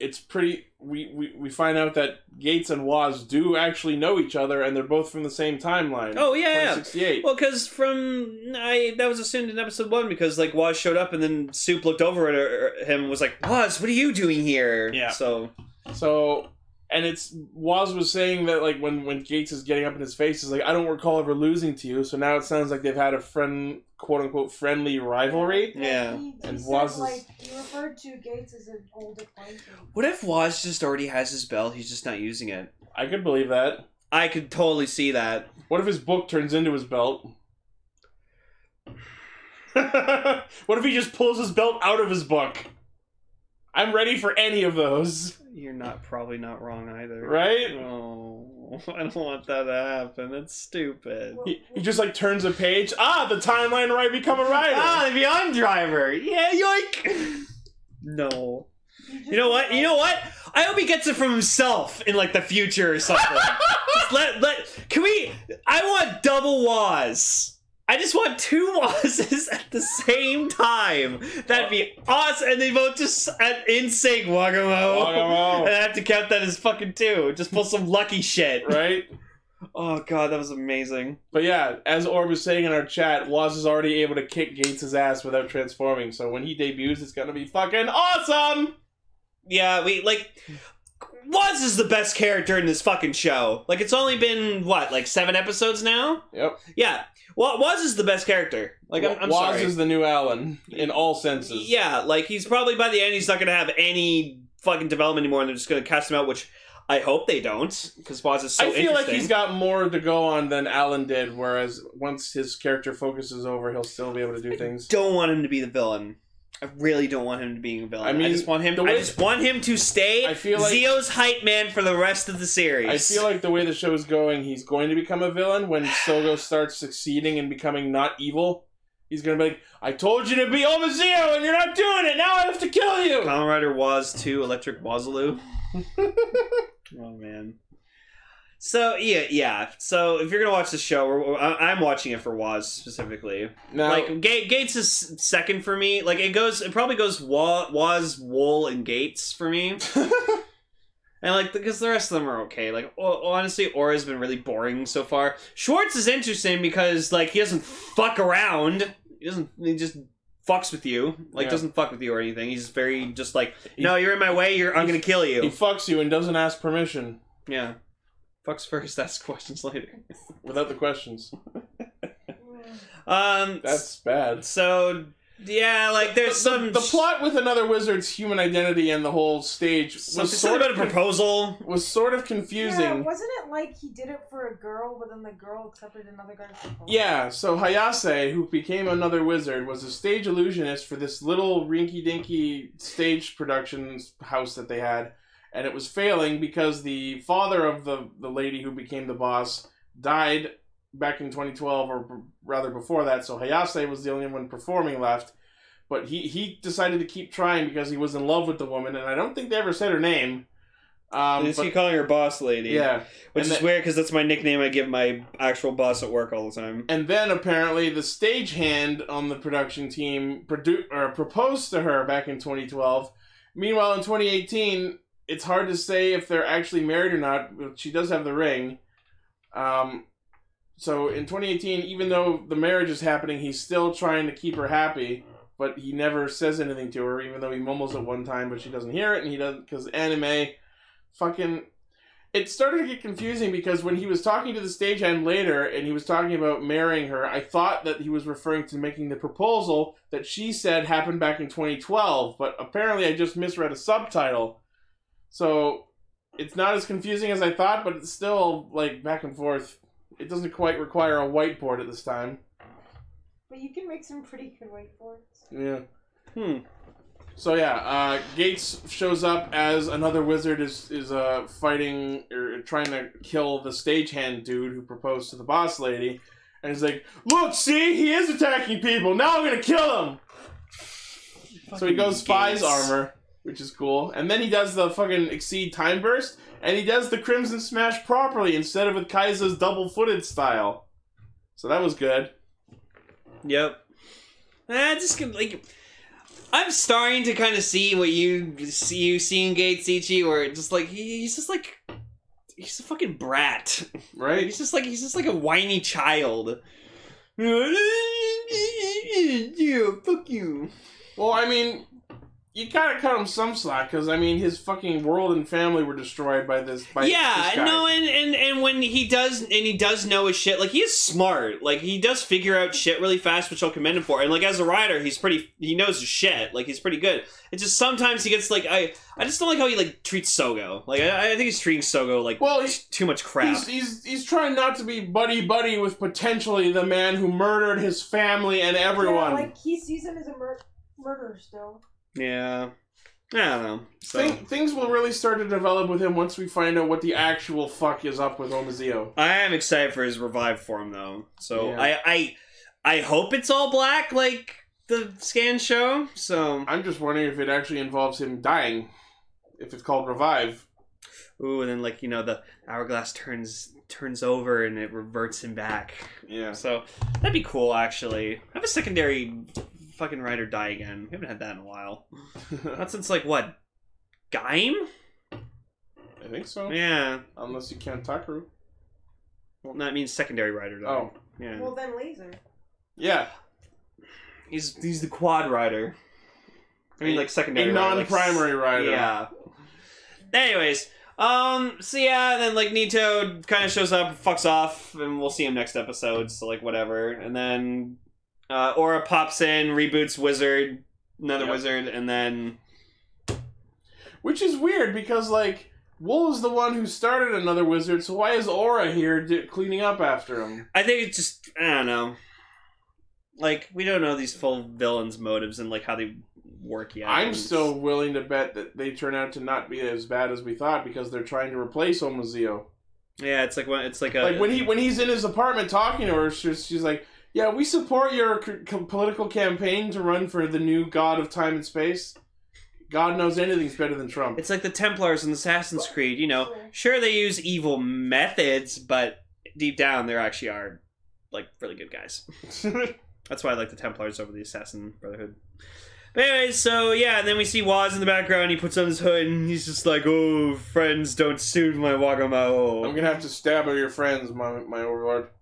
[SPEAKER 1] it's pretty. We, we, we find out that Gates and Waz do actually know each other, and they're both from the same timeline.
[SPEAKER 2] Oh yeah, yeah.
[SPEAKER 1] 68.
[SPEAKER 2] Well, because from I that was assumed in episode one because like Waz showed up and then Soup looked over at her, er, him and was like, "Waz, what are you doing here?"
[SPEAKER 1] Yeah.
[SPEAKER 2] So
[SPEAKER 1] So, and it's Waz was saying that like when when Gates is getting up in his face, is like I don't recall ever losing to you. So now it sounds like they've had a friend, quote unquote, friendly rivalry.
[SPEAKER 2] Yeah.
[SPEAKER 3] He, he
[SPEAKER 1] And
[SPEAKER 3] said,
[SPEAKER 1] Waz is-
[SPEAKER 3] like, he referred to Gates as an old acquaintance.
[SPEAKER 2] what if Waz just already has his bell? He's just not using it.
[SPEAKER 1] I could believe that.
[SPEAKER 2] I could totally see that.
[SPEAKER 1] What if his book turns into his belt? what if he just pulls his belt out of his book? I'm ready for any of those,
[SPEAKER 2] You're not probably not wrong either.
[SPEAKER 1] right?
[SPEAKER 2] Oh, I don't want that to happen. That's stupid.
[SPEAKER 3] Well,
[SPEAKER 1] He, he just like turns a page. Ah, the timeline where I become a writer.
[SPEAKER 2] Ah, the Beyond Driver. Yeah, yoink. No. You know what? You know what? I hope he gets it from himself in like the future or something. Just let let can we? I want double Waz. I just want two Wazes at the same time. That'd be awesome. And they both just at in sync. Wagamo.
[SPEAKER 1] Wagamo.
[SPEAKER 2] And I have to count that as fucking two. Just pull some lucky shit.
[SPEAKER 1] Right?
[SPEAKER 2] Oh god, that was amazing.
[SPEAKER 1] But yeah, as Orb was saying in our chat, Waz is already able to kick Gates' ass without transforming. So when he debuts, it's gonna be fucking awesome.
[SPEAKER 2] Yeah, we like Waz is the best character in this fucking show. Like it's only been what, like seven episodes now?
[SPEAKER 1] Yep.
[SPEAKER 2] Yeah, Wa Waz is the best character. Like I'm, I'm
[SPEAKER 1] Waz
[SPEAKER 2] sorry.
[SPEAKER 1] is the new Alan in all senses.
[SPEAKER 2] yeah, like he's probably by the end he's not gonna have any fucking development anymore, and they're just gonna cast him out, which I hope they don't because Waz is so
[SPEAKER 1] I feel like
[SPEAKER 2] interesting.
[SPEAKER 1] he's got more to go on than Alan did. Whereas once his character focus is over, he'll still be able to do things.
[SPEAKER 2] don't want him to be the villain. I really don't want him to be a villain.
[SPEAKER 1] I
[SPEAKER 2] I,
[SPEAKER 1] mean,
[SPEAKER 2] just want him.
[SPEAKER 1] the
[SPEAKER 2] I
[SPEAKER 1] way-
[SPEAKER 2] just want him to stay
[SPEAKER 1] I feel like-
[SPEAKER 2] Zio's hype man for the rest of the series.
[SPEAKER 1] I feel like the way the show is going, he's going to become a villain when Sogo starts succeeding and becoming not evil. He's gonna be like, "I told you to be Omazeo, and you're not doing it. Now I have to kill you."
[SPEAKER 2] Kamen Rider Waz 2 Electric Wazaloo. oh, man. So, yeah, yeah. So, if you're going to watch this show, we're, I- I'm watching it for Waz specifically.
[SPEAKER 1] Now,
[SPEAKER 2] Like, Ga- Gates is second for me. Like, it goes, it probably goes Wa- Waz, Wool, and Gates for me. And, like, because the rest of them are okay. Like, o- honestly, Aura's been really boring so far. Schwartz is interesting because, like, he doesn't fuck around. He doesn't, he just fucks with you. Like,
[SPEAKER 1] Yeah.
[SPEAKER 2] doesn't fuck with you or anything. He's very, just like, no, you're in my way. You're, I'm
[SPEAKER 1] he-
[SPEAKER 2] gonna kill you.
[SPEAKER 1] he fucks you and doesn't ask permission.
[SPEAKER 2] yeah. Fucks first, ask questions later.
[SPEAKER 1] without the questions.
[SPEAKER 3] mm.
[SPEAKER 2] Um.
[SPEAKER 1] That's bad.
[SPEAKER 2] so yeah, like there's
[SPEAKER 1] the,
[SPEAKER 2] some
[SPEAKER 1] the plot with another wizard's human identity and the whole stage
[SPEAKER 2] Something,
[SPEAKER 1] was
[SPEAKER 2] something
[SPEAKER 1] sort
[SPEAKER 2] about
[SPEAKER 1] of
[SPEAKER 2] a proposal.
[SPEAKER 1] was sort of
[SPEAKER 3] Yeah,
[SPEAKER 1] confusing.
[SPEAKER 3] wasn't it like he did it for a girl, but then the girl accepted another guy's proposal?
[SPEAKER 1] Yeah, so Hayase, who became another wizard, was a stage illusionist for this little rinky dinky stage productions house that they had. And it was failing because the father of the, the lady who became the boss died back in 2012, or b- rather before that. So Hayase was the only one performing left. But he, he decided to keep trying because he was in love with the woman, and I don't think they ever said her name. Um,
[SPEAKER 2] They just
[SPEAKER 1] but-
[SPEAKER 2] keep calling her boss lady.
[SPEAKER 1] yeah.
[SPEAKER 2] Which
[SPEAKER 1] and
[SPEAKER 2] is
[SPEAKER 1] the-
[SPEAKER 2] weird because that's my nickname I give my actual boss at work all the time.
[SPEAKER 1] And then apparently the stagehand on the production team produ- or proposed to her back in 2012. Meanwhile, in 2018, it's hard to say if they're actually married or not. but She does have the ring. Um, so in 2018, even though the marriage is happening, he's still trying to keep her happy. But he never says anything to her, even though he mumbles at one time, but she doesn't hear it, and he doesn't because anime, fucking it started to get confusing because when he was talking to the stagehand later and he was talking about marrying her, I thought that he was referring to making the proposal that she said happened back in 2012, but apparently I just misread a subtitle. So it's not as confusing as I thought, but it's still like back and forth. It doesn't quite require a whiteboard at this time.
[SPEAKER 3] But you can make some pretty good wakeboards.
[SPEAKER 1] Yeah.
[SPEAKER 2] Hmm.
[SPEAKER 1] So yeah, uh, Gates shows up as another wizard is is uh, fighting or trying to kill the stagehand dude who proposed to the boss lady, and he's like, "Look, see, he is attacking people. Now I'm gonna kill him." so he goes
[SPEAKER 2] Gates.
[SPEAKER 1] spies armor, which is cool. And then he does the fucking exceed time burst, and he does the Crimson Smash properly instead of with Kaiza's double footed style. So that was good.
[SPEAKER 2] Yep. I just can like. I'm starting to kind of see what you see you see in Gates Ichi, where it's just like he, he's just like he's a fucking brat.
[SPEAKER 1] Right?
[SPEAKER 2] He's just like he's just like a whiny child. Yeah, fuck you.
[SPEAKER 1] Well, I mean, you gotta cut him some slack because I mean his fucking world and family were destroyed by this. By
[SPEAKER 2] yeah,
[SPEAKER 1] this guy.
[SPEAKER 2] no, and, and and when he does and he does know his shit, like he is smart. Like he does figure out shit really fast, which I'll commend him for. And like as a writer, he's pretty he knows his shit. Like he's pretty good. It's just sometimes he gets like I I just don't like how he like treats Sogo. Like I, I think he's treating Sogo like
[SPEAKER 1] Well, he's-
[SPEAKER 2] too much crap.
[SPEAKER 1] He's, he's, he's trying not to be buddy buddy with potentially the man who murdered his family and everyone.
[SPEAKER 3] Yeah, like he sees him as a mur- murderer still.
[SPEAKER 2] yeah. I don't know. So
[SPEAKER 1] Thing, things will really start to develop with him once we find out what the actual fuck is up with Omazeo.
[SPEAKER 2] I am excited for his revive form though. So
[SPEAKER 1] Yeah.
[SPEAKER 2] I I I hope it's all black like the scan show. So
[SPEAKER 1] I'm just wondering if it actually involves him dying. If it's called Revive.
[SPEAKER 2] Ooh, and then like you know the hourglass turns turns over and it reverts him back.
[SPEAKER 1] Yeah.
[SPEAKER 2] So that'd be cool actually. Have a secondary fucking ride or die again. We haven't had that in a while. Not since like what? Gaim?
[SPEAKER 1] I think so.
[SPEAKER 2] Yeah.
[SPEAKER 1] Unless you count Takaru.
[SPEAKER 2] Well that means secondary ride or die.
[SPEAKER 1] Oh.
[SPEAKER 2] Yeah.
[SPEAKER 3] Well, then laser.
[SPEAKER 1] Yeah.
[SPEAKER 2] he's he's the quad rider. I mean
[SPEAKER 1] A-
[SPEAKER 2] like secondary
[SPEAKER 1] A
[SPEAKER 2] rider,
[SPEAKER 1] non
[SPEAKER 2] like,
[SPEAKER 1] primary rider.
[SPEAKER 2] Yeah. Anyways, um, so yeah, then like Nito kind of shows up, fucks off, and we'll see him next episode. So like whatever, and then uh, Aura pops in, reboots Wizard, another
[SPEAKER 1] Yep.
[SPEAKER 2] Wizard, and then
[SPEAKER 1] Which is weird because, like, Wool is the one who started another wizard, so why is Aura here do- cleaning up after him?
[SPEAKER 2] I think it's just I don't know, like we don't know these full villains' motives and like how they work yet.
[SPEAKER 1] I'm
[SPEAKER 2] and-
[SPEAKER 1] still willing to bet that they turn out to not be as bad as we thought because they're trying to replace Omazeo.
[SPEAKER 2] yeah, it's like when it's like a
[SPEAKER 1] Like when he when he's in his apartment talking to her, she's, she's like, "Yeah, we support your c- c- political campaign to run for the new god of time and space. God knows anything's better than Trump."
[SPEAKER 2] It's like the Templars in Assassin's Creed, you know. Sure, they use evil methods, but deep down, they actually are like really good guys. That's why I like the Templars over the Assassin Brotherhood. But anyways, so yeah, and then we see Waz in the background. He puts on his hood, and he's just like, "Oh, friends, don't sue my Wagamao."
[SPEAKER 1] I'm gonna have to stab all your friends, my my overlord.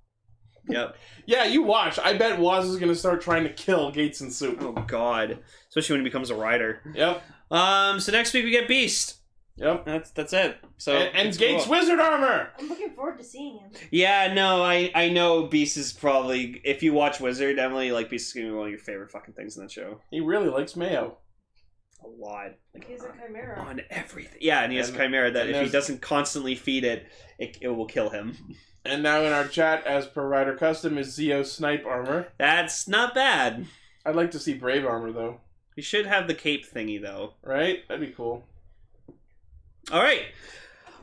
[SPEAKER 2] Yep.
[SPEAKER 1] Yeah, you watch. I bet Waz is gonna start trying to kill Gates and Soup.
[SPEAKER 2] Oh God, especially when he becomes a rider.
[SPEAKER 1] Yep,
[SPEAKER 2] Um. So next week we get Beast.
[SPEAKER 1] yep.
[SPEAKER 2] That's that's it. So
[SPEAKER 1] and and
[SPEAKER 2] it's
[SPEAKER 1] Gates
[SPEAKER 2] cool.
[SPEAKER 1] wizard armor.
[SPEAKER 3] I'm looking forward to seeing him.
[SPEAKER 2] Yeah, no, I I know Beast is probably if you watch Wizard, Emily, like Beast is gonna be one of your favorite fucking things in that show.
[SPEAKER 1] He really likes Mayo.
[SPEAKER 2] A lot, like
[SPEAKER 3] He's a
[SPEAKER 1] Oh
[SPEAKER 3] chimera.
[SPEAKER 2] on everything. Yeah, and he has a
[SPEAKER 1] And-
[SPEAKER 2] chimera that
[SPEAKER 1] and
[SPEAKER 2] if he
[SPEAKER 1] there's-
[SPEAKER 2] doesn't constantly feed it, it, it will kill him.
[SPEAKER 1] And now in our chat, as per Rider Custom, is Zeo Snipe armor.
[SPEAKER 2] That's not bad.
[SPEAKER 1] I'd like to see Brave armor though,
[SPEAKER 2] You should have the cape thingy though.
[SPEAKER 1] right? That'd be cool.
[SPEAKER 2] All right.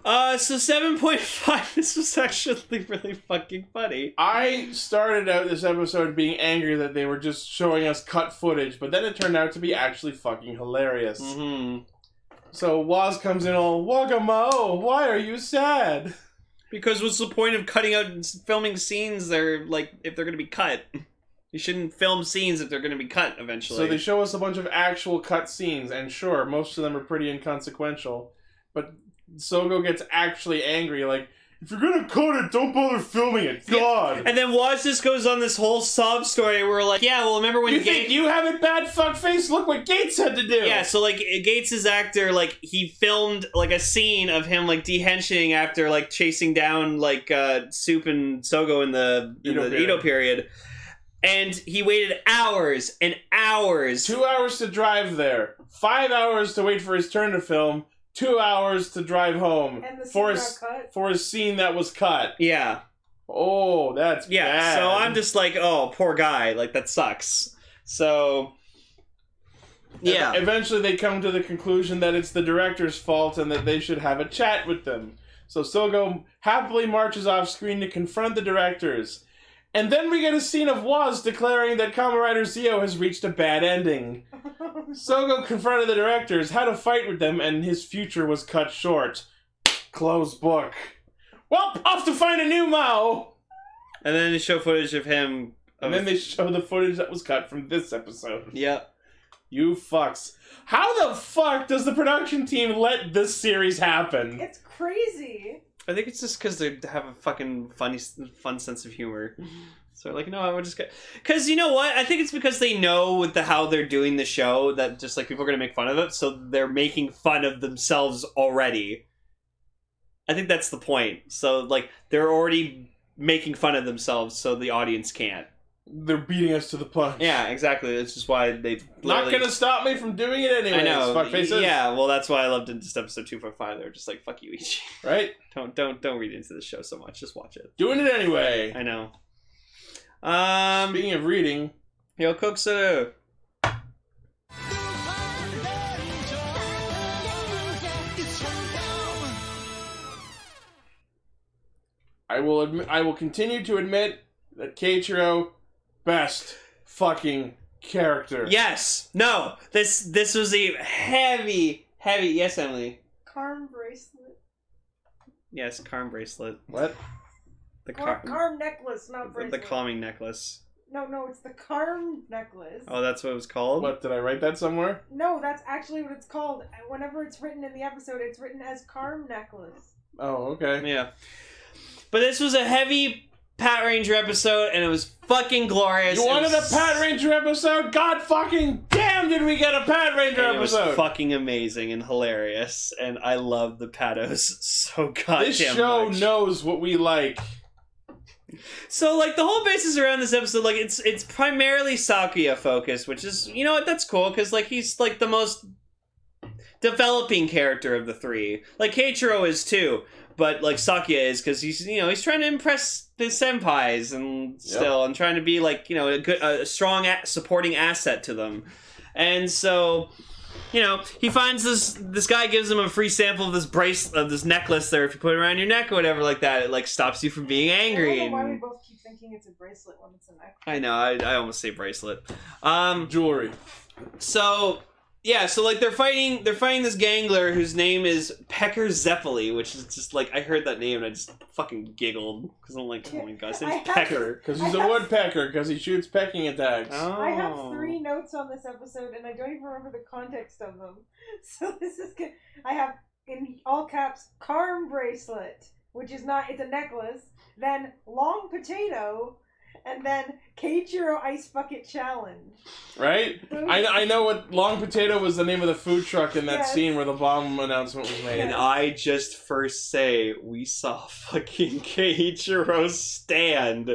[SPEAKER 2] Uh, so seven point five. This was actually really fucking funny.
[SPEAKER 1] I started out this episode being angry that they were just showing us cut footage, but then it turned out to be actually fucking hilarious.
[SPEAKER 2] Mm-hmm.
[SPEAKER 1] So Waz comes in all, Wagamo, why are you sad?
[SPEAKER 2] Because what's the point of cutting out and s- filming scenes? They're like if they're gonna be cut, you shouldn't film scenes if they're gonna be cut eventually.
[SPEAKER 1] So they show us a bunch of actual cut scenes, and sure, most of them are pretty inconsequential, but Sogo gets actually angry, like, if you're gonna cut it, don't bother filming it,
[SPEAKER 2] Yeah.
[SPEAKER 1] God!
[SPEAKER 2] and then Waz just goes on this whole sob story where like, yeah, well, remember when
[SPEAKER 1] you think
[SPEAKER 2] Gates?
[SPEAKER 1] you have it bad, fuckface? Look what Gates had to do!
[SPEAKER 2] yeah, so like uh, Gates' actor, like he filmed like a scene of him like dehenching after like chasing down like uh, Soup and Sogo in the in
[SPEAKER 1] Edo
[SPEAKER 2] the
[SPEAKER 1] period.
[SPEAKER 2] Edo period, and he waited hours and hours.
[SPEAKER 1] Two hours to drive there, five hours to wait for his turn to film, two hours to drive home
[SPEAKER 3] And the
[SPEAKER 1] for
[SPEAKER 3] for
[SPEAKER 1] his
[SPEAKER 3] cut.
[SPEAKER 1] for a scene that was cut.
[SPEAKER 2] yeah,
[SPEAKER 1] Oh, that's
[SPEAKER 2] yeah.
[SPEAKER 1] bad.
[SPEAKER 2] So I'm just like, oh, poor guy. Like that sucks. So
[SPEAKER 1] Ev-
[SPEAKER 2] yeah,
[SPEAKER 1] Eventually, they come to the conclusion that it's the director's fault and that they should have a chat with them. So Sogo happily marches off screen to confront the directors. And then we get a scene of Waz declaring that Kamen Rider Zio has reached a bad ending. Sogo confronted the directors, had a fight with them, and his future was cut short. Closed book. Well, off to find a new Mao!
[SPEAKER 2] And then they show footage of him.
[SPEAKER 1] And then they show the footage that was cut from this episode.
[SPEAKER 2] yeah.
[SPEAKER 1] You fucks. How the fuck does the production team let this series happen?
[SPEAKER 3] it's crazy.
[SPEAKER 2] I think it's just because they have a fucking funny, fun sense of humor. So like, no, I'm just because you know what? I think it's because they know with the how they're doing the show that just like people are gonna make fun of it, so they're making fun of themselves already. I think that's the point. So like, they're already making fun of themselves, so the audience can't.
[SPEAKER 1] They're beating us to the punch.
[SPEAKER 2] Yeah, exactly. That's just why they
[SPEAKER 1] Not
[SPEAKER 2] literally-
[SPEAKER 1] gonna stop me from doing it anyway.
[SPEAKER 2] I know.
[SPEAKER 1] Fuck faces.
[SPEAKER 2] Yeah, well, that's why I loved it. Just episode two point five. They're just like, fuck you, Ichi.
[SPEAKER 1] Right?
[SPEAKER 2] don't don't don't read into the show so much. Just watch it.
[SPEAKER 1] Doing it anyway.
[SPEAKER 2] I know. Um,
[SPEAKER 1] Speaking of reading,
[SPEAKER 2] yo, Koksu.
[SPEAKER 1] I will admit, I will continue to admit that Keiichiro, best fucking character.
[SPEAKER 2] Yes. No. This this was a heavy heavy. Yes, Emily.
[SPEAKER 3] Carm bracelet.
[SPEAKER 2] Yes, Karm bracelet.
[SPEAKER 1] What?
[SPEAKER 2] The
[SPEAKER 3] Car-
[SPEAKER 2] car-
[SPEAKER 3] Carm necklace, not
[SPEAKER 2] the,
[SPEAKER 3] bracelet.
[SPEAKER 2] the calming necklace.
[SPEAKER 3] No, no, it's the Carm necklace.
[SPEAKER 2] Oh, that's what it was called.
[SPEAKER 1] What did I write that somewhere?
[SPEAKER 3] No, that's actually what it's called. Uh, Whenever it's written in the episode, it's written as Carm necklace.
[SPEAKER 1] Oh, okay.
[SPEAKER 2] Yeah. But this was a heavy Pat Ranger episode, and it was fucking glorious.
[SPEAKER 1] You
[SPEAKER 2] It
[SPEAKER 1] wanted a
[SPEAKER 2] was-
[SPEAKER 1] Pat Ranger episode? God fucking damn! Did we get a Pat Ranger
[SPEAKER 2] and It was
[SPEAKER 1] episode?
[SPEAKER 2] fucking amazing and hilarious, and I love the Patos so goddamn
[SPEAKER 1] this show
[SPEAKER 2] much.
[SPEAKER 1] knows what we like.
[SPEAKER 2] So like the whole basis around this episode, like it's it's primarily Sakuya focused, which is you know what that's cool because like he's like the most developing character of the three. Like Keiichiro is too, but like Sakuya is because he's you know he's trying to impress his senpais and still and trying to be like you know a good a strong a- supporting asset to them, and so. You know, he finds this. This guy gives him a free sample of this brace of this necklace there. If you put it around your neck or whatever like that, it like stops you from being angry.
[SPEAKER 3] I don't know why we
[SPEAKER 2] and-
[SPEAKER 3] both keep thinking it's a bracelet when it's a necklace.
[SPEAKER 2] I know. I, I almost say bracelet. Um.
[SPEAKER 1] Jewelry.
[SPEAKER 2] So yeah. So like they're fighting. They're fighting this gangler whose name is Pecker Zeppeli, which is just like I heard that name and I just fucking giggled because I'm like, oh my god, his
[SPEAKER 3] I
[SPEAKER 2] name's
[SPEAKER 3] have-
[SPEAKER 2] Pecker.
[SPEAKER 1] Because he's
[SPEAKER 3] I
[SPEAKER 1] a
[SPEAKER 3] have-
[SPEAKER 1] woodpecker, because he shoots pecking attacks.
[SPEAKER 2] Oh.
[SPEAKER 3] I have three notes on this episode, and I don't even remember the context of them. So this is good. I have in all caps Carm bracelet, which is not it's a necklace. Then long potato, and then Keiichiro ice bucket challenge.
[SPEAKER 1] Right? I, I know what Long Potato was the name of the food truck in that
[SPEAKER 3] Yes.
[SPEAKER 1] scene where the bomb announcement was made.
[SPEAKER 2] Oh. And I just first say we saw fucking Keiichiro stand,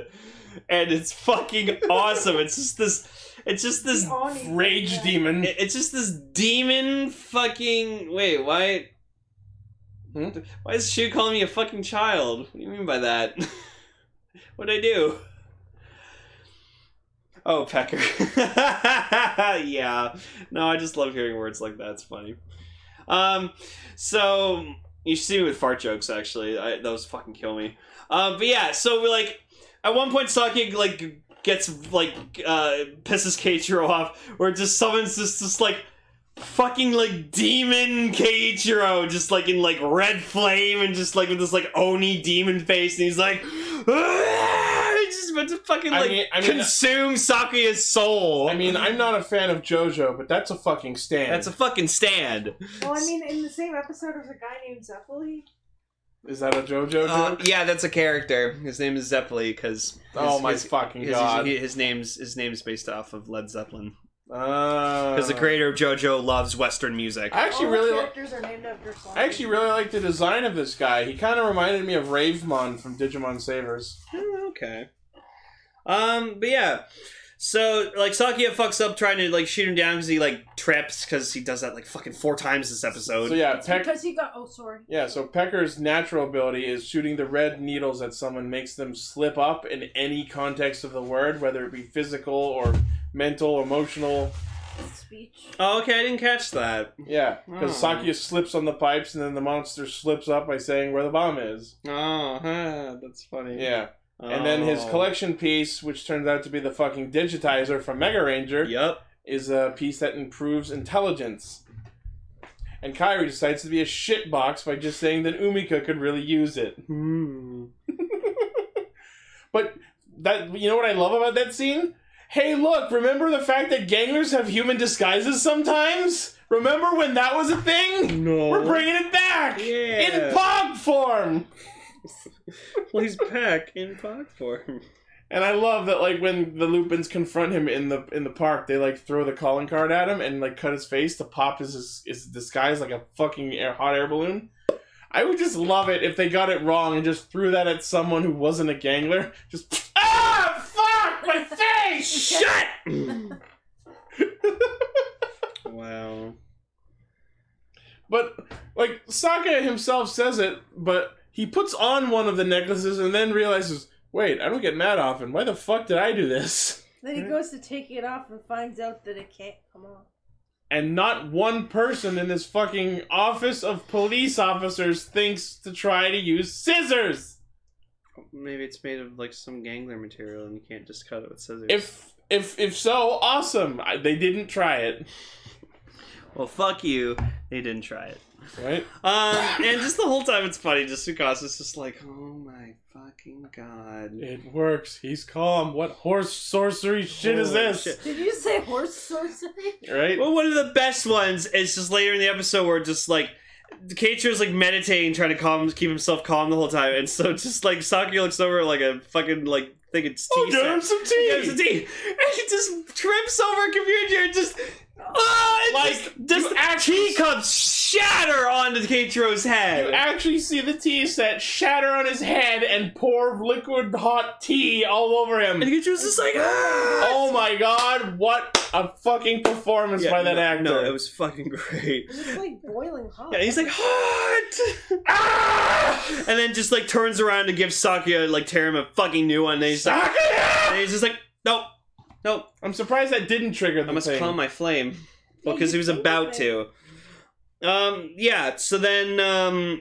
[SPEAKER 2] and it's fucking awesome. It's just this. It's just this
[SPEAKER 3] The Oni.
[SPEAKER 1] Rage
[SPEAKER 3] Yeah.
[SPEAKER 1] demon.
[SPEAKER 2] It- It's just this demon fucking. Wait, why?
[SPEAKER 1] Hmm?
[SPEAKER 2] Why is Shu calling me a fucking child? What do you mean by that? What'd I do? Oh, Pecker. yeah. No, I just love hearing words like that. It's funny. Um, so you should see me with fart jokes. Actually, I, those fucking kill me. Um, but yeah, so we're like, at one point, Saki like gets like uh pisses Keiichiro off, or just summons this this like fucking like demon Keiichiro, just like in like red flame and just like with this like oni demon face, and he's like. "Ah!" He's Just about to fucking
[SPEAKER 1] I
[SPEAKER 2] like
[SPEAKER 1] mean- I mean-
[SPEAKER 2] consume Sakuya's soul.
[SPEAKER 1] I mean, I'm not a fan of JoJo, but that's a fucking stand.
[SPEAKER 2] that's a fucking stand.
[SPEAKER 3] Well, I mean, in the same episode, there's a guy named Zeppeli.
[SPEAKER 1] Is that a JoJo joke?
[SPEAKER 2] Uh, yeah, that's a character. His name is Zeppeli because
[SPEAKER 1] oh my fucking
[SPEAKER 2] his,
[SPEAKER 1] god.
[SPEAKER 2] his, his name's his name's based off of Led Zeppelin because
[SPEAKER 1] Because
[SPEAKER 2] the creator of JoJo loves Western music.
[SPEAKER 1] Uh, I actually
[SPEAKER 3] all
[SPEAKER 1] really,
[SPEAKER 3] the
[SPEAKER 1] li-
[SPEAKER 3] characters are named after songs.
[SPEAKER 1] I actually really like the design of this guy. He kind of reminded me of Ravemon from Digimon Savers.
[SPEAKER 2] Oh, okay. Um, but yeah. So like Sakuya fucks up trying to like shoot him down because he like trips because he does that like fucking four times this episode.
[SPEAKER 1] So yeah, Peck.
[SPEAKER 3] because he got oh sorry.
[SPEAKER 1] Yeah, so Pecker's natural ability is shooting the red needles at someone makes them slip up in any context of the word, whether it be physical or mental, emotional.
[SPEAKER 6] speech.
[SPEAKER 2] Oh, okay, I didn't catch that.
[SPEAKER 1] Yeah, because
[SPEAKER 2] Oh.
[SPEAKER 1] Sakia slips on the pipes and then the monster slips up by saying where the bomb is.
[SPEAKER 2] Oh, huh, that's funny.
[SPEAKER 1] Yeah. And then his
[SPEAKER 2] Oh.
[SPEAKER 1] collection piece, which turns out to be the fucking digitizer from Mega Ranger,
[SPEAKER 2] Yep.
[SPEAKER 1] is a piece that improves intelligence. And Kyrie decides to be a shitbox by just saying that Umika could really use it. Hmm. But that you know what I love about that scene? Hey, look, remember the fact that gangers have human disguises sometimes? Remember when that was a thing?
[SPEAKER 2] No.
[SPEAKER 1] We're bringing it back
[SPEAKER 2] Oh. Yeah.
[SPEAKER 1] in pog form.
[SPEAKER 2] Well, he's back in pod form.
[SPEAKER 1] And I love that, like when the Lupins confront him in the in the park, they like throw the calling card at him and like cut his face to pop his his disguise like a fucking air, hot air balloon. I would just love it if they got it wrong and just threw that at someone who wasn't a gangler. Just ah, fuck my face!
[SPEAKER 2] Shut. wow.
[SPEAKER 1] But like Saka himself says it, but he puts on one of the necklaces and then realizes, wait, I don't get mad often. Why the fuck did I do this?
[SPEAKER 3] Then he goes to take it off and finds out that it can't come off.
[SPEAKER 1] And not one person in this fucking office of police officers thinks to try to use scissors.
[SPEAKER 2] Maybe it's made of like some gangler material, and you can't just cut it with scissors.
[SPEAKER 1] If if if so, awesome. I, they didn't try it,
[SPEAKER 2] well, fuck you. They didn't try it.
[SPEAKER 1] right?
[SPEAKER 2] Um, and just the whole time it's funny. Just Sukasa just like, oh my fucking god.
[SPEAKER 1] It works. He's calm. What horse sorcery shit is
[SPEAKER 2] Holy
[SPEAKER 1] this?
[SPEAKER 2] shit.
[SPEAKER 3] Did you say horse sorcery?
[SPEAKER 1] Right?
[SPEAKER 2] Well, one of the best ones is just later in the episode where just like Keiichiro's like meditating, trying to calm, keep himself calm the whole time, and so just like Saki looks over like a fucking like think it's tea.
[SPEAKER 1] oh, give
[SPEAKER 2] set.
[SPEAKER 1] him some
[SPEAKER 2] He
[SPEAKER 1] tea.
[SPEAKER 2] gives a tea, and he just trips over Kabuji and just. Ah, and
[SPEAKER 1] Like,
[SPEAKER 2] just, just teacups shatter onto Keiichiro's head.
[SPEAKER 1] You actually see the tea set shatter on his head and pour liquid hot tea all over
[SPEAKER 2] and
[SPEAKER 1] him.
[SPEAKER 2] Keiichiro's just like, ah!
[SPEAKER 1] Oh my god, what a fucking performance
[SPEAKER 2] Yeah,
[SPEAKER 1] by that
[SPEAKER 2] no,
[SPEAKER 1] actor.
[SPEAKER 2] No, it was fucking great.
[SPEAKER 3] It's like boiling hot.
[SPEAKER 2] Yeah, he's like hot, Ah! and then just like turns around and gives Sakuya like tear him a fucking new one. And he's, like,
[SPEAKER 1] Sakura!
[SPEAKER 2] and he's just like, nope, nope,
[SPEAKER 1] I'm surprised that didn't trigger the
[SPEAKER 2] I must
[SPEAKER 1] thing.
[SPEAKER 2] calm my flame. Well,
[SPEAKER 3] Yeah,
[SPEAKER 2] because he
[SPEAKER 3] you
[SPEAKER 2] was
[SPEAKER 3] think of
[SPEAKER 2] about
[SPEAKER 3] it.
[SPEAKER 2] to. Um, yeah. So then, um,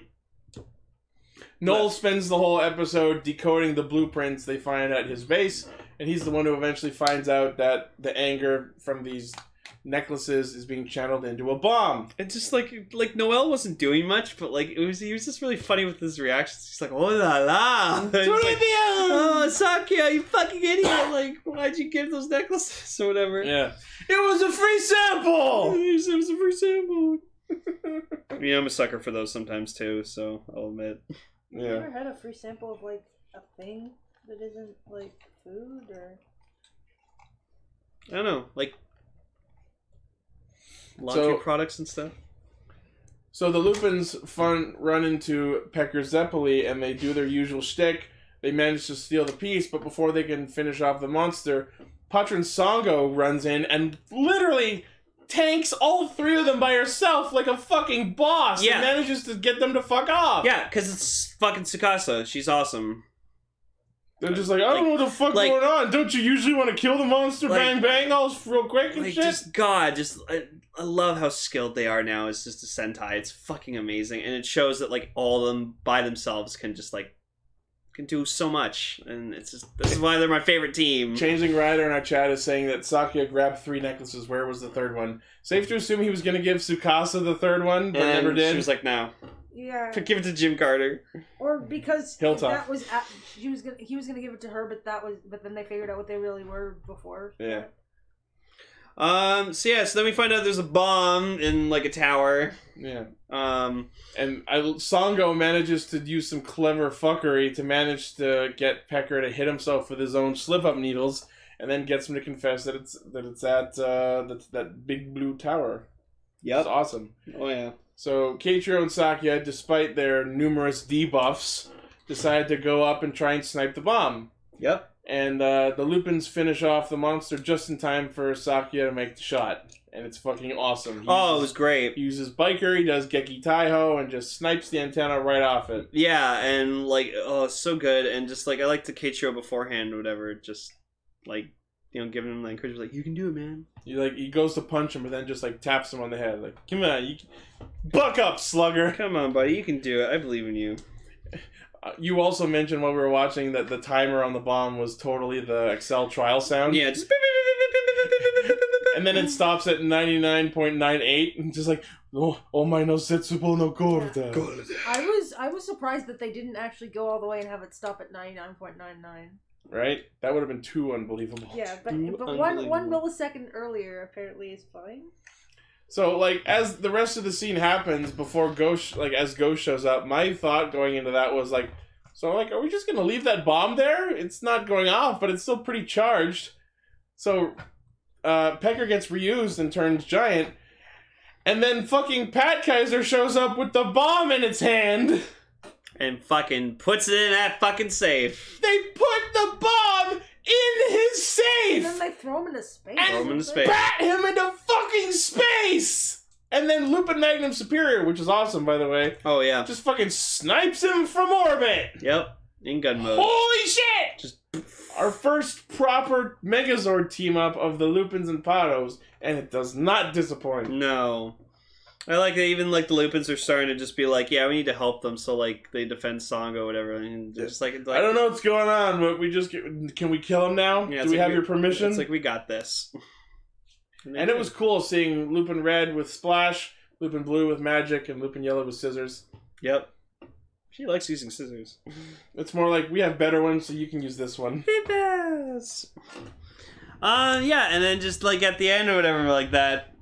[SPEAKER 1] Noel spends the whole episode decoding the blueprints they find at his base, and he's the one who eventually finds out that the anger from these necklaces is being channeled into a bomb.
[SPEAKER 2] it's just like like Noel wasn't doing much, but like it was he was just really funny with his reactions. He's like, oh la la. And he's like, Oh, Sakuya, you fucking idiot! Like, why'd you give those necklaces or whatever?
[SPEAKER 1] Yeah. It was a free sample!
[SPEAKER 2] It was- it was a free sample. I mean, I'm a sucker for those sometimes too, so I'll admit.
[SPEAKER 3] You
[SPEAKER 1] Yeah.
[SPEAKER 3] ever had a free sample of like a thing that isn't like food or?
[SPEAKER 2] I don't know, like laundry
[SPEAKER 1] So-
[SPEAKER 2] products and stuff.
[SPEAKER 1] So the Lupins fun run into Pecker Zeppeli and they do their usual shtick. They manage to steal the piece, but before they can finish off the monster, Patron Sango runs in and literally tanks all three of them by herself like a fucking boss
[SPEAKER 2] Yeah.
[SPEAKER 1] and manages to get them to fuck off.
[SPEAKER 2] Yeah, because it's fucking Tsukasa. She's awesome.
[SPEAKER 1] They're just like, I don't know what the fuck
[SPEAKER 2] like-
[SPEAKER 1] going on. Don't you usually want to kill the monster
[SPEAKER 2] Like-
[SPEAKER 1] bang bang all real quick and
[SPEAKER 2] Like,
[SPEAKER 1] shit?
[SPEAKER 2] just God, just I, I love how skilled they are now. It's just a Sentai. It's fucking amazing, and it shows that like all of them by themselves can just like can do so much, and it's just this is why they're my favorite team.
[SPEAKER 1] Changing Rider in our chat is saying that Sakuya grabbed three necklaces. Where was the third one? Safe to assume he was going to give Sukasa the third one, but
[SPEAKER 2] and
[SPEAKER 1] never did.
[SPEAKER 2] She was like, no,
[SPEAKER 3] Yeah.
[SPEAKER 2] give it to Jim Carter.
[SPEAKER 3] Or because
[SPEAKER 1] Hilltop.
[SPEAKER 3] that was at, she was gonna he was gonna give it to her, but that was but then they figured out what they really were before.
[SPEAKER 1] yeah.
[SPEAKER 2] Um. So yeah. So then we find out there's a bomb in like a tower.
[SPEAKER 1] Yeah.
[SPEAKER 2] Um.
[SPEAKER 1] And I, Sango manages to use some clever fuckery to manage to get Pecker to hit himself with his own slip up needles and then gets him to confess that it's that it's at uh, that, that big blue tower. That's
[SPEAKER 2] Yep.
[SPEAKER 1] awesome.
[SPEAKER 2] Oh yeah.
[SPEAKER 1] So Keiichiro and Sakya, despite their numerous debuffs, decide to go up and try and snipe the bomb.
[SPEAKER 2] Yep.
[SPEAKER 1] and uh, the Lupins finish off the monster just in time for Sakuya to make the shot, and it's fucking awesome. He
[SPEAKER 2] Oh, it was
[SPEAKER 1] uses,
[SPEAKER 2] great.
[SPEAKER 1] he uses biker, he does Geki Taiho, and just snipes the antenna right off it.
[SPEAKER 2] Yeah, and like, oh, it's so good, and just like I like the Keiichiro beforehand, or whatever. Just like, you know, giving him the encouragement, like, you can do it, man.
[SPEAKER 1] He like he goes to punch him, but then just like taps him on the head, like "Come on, you buck up, slugger."
[SPEAKER 2] Come on, buddy, you can do it. I believe in you.
[SPEAKER 1] Uh, you also mentioned while we were watching that the timer on the bomb was totally the Excel trial sound.
[SPEAKER 2] Yeah, just
[SPEAKER 1] And then it stops at 99.98 and just like, oh, oh my no setsubo no gorda.
[SPEAKER 3] I was I was surprised that they didn't actually go all the way and have it stop at ninety nine point nine nine.
[SPEAKER 1] Right? That would have been too unbelievable.
[SPEAKER 3] Yeah, but
[SPEAKER 2] Ooh,
[SPEAKER 3] but one one
[SPEAKER 2] unbelievable.
[SPEAKER 3] millisecond earlier apparently is fine.
[SPEAKER 1] So like as the rest of the scene happens before Ghost like as Ghost shows up, my thought going into that was like, so like are we just gonna leave that bomb there? It's not going off, but it's still pretty charged. So uh, Pecker gets reused and turns giant, and then fucking Pat Kaiser shows up with the bomb in its hand.
[SPEAKER 2] and fucking puts it in that fucking safe.
[SPEAKER 1] They put the bomb in his
[SPEAKER 3] And then
[SPEAKER 1] safe,
[SPEAKER 3] they throw him into space.
[SPEAKER 1] And-
[SPEAKER 2] Throw him into
[SPEAKER 3] something.
[SPEAKER 2] space.
[SPEAKER 1] bat him into fucking space, and then Lupin Magnum Superior, which is awesome by the way.
[SPEAKER 2] Oh yeah.
[SPEAKER 1] just fucking snipes him from orbit.
[SPEAKER 2] Yep. In gun mode.
[SPEAKER 1] Holy shit! Just our first proper Megazord team up of the Lupins and Patos, and it does not disappoint.
[SPEAKER 2] No. I like that even like the Lupins are starting to just be like, yeah, we need to help them, so like they defend Song or whatever, and they're just like, like
[SPEAKER 1] I don't know what's going on, but we just can we kill him now?
[SPEAKER 2] Yeah,
[SPEAKER 1] Do we
[SPEAKER 2] it's like
[SPEAKER 1] have
[SPEAKER 2] we-
[SPEAKER 1] your permission?
[SPEAKER 2] It's like we got this.
[SPEAKER 1] and it was cool seeing Lupin Red with Splash, Lupin Blue with Magic, and Lupin Yellow with Scissors.
[SPEAKER 2] Yep. She likes using scissors.
[SPEAKER 1] It's more like we have better ones, so you can use this one.
[SPEAKER 2] Uh, yeah, and then just like at the end or whatever, like that,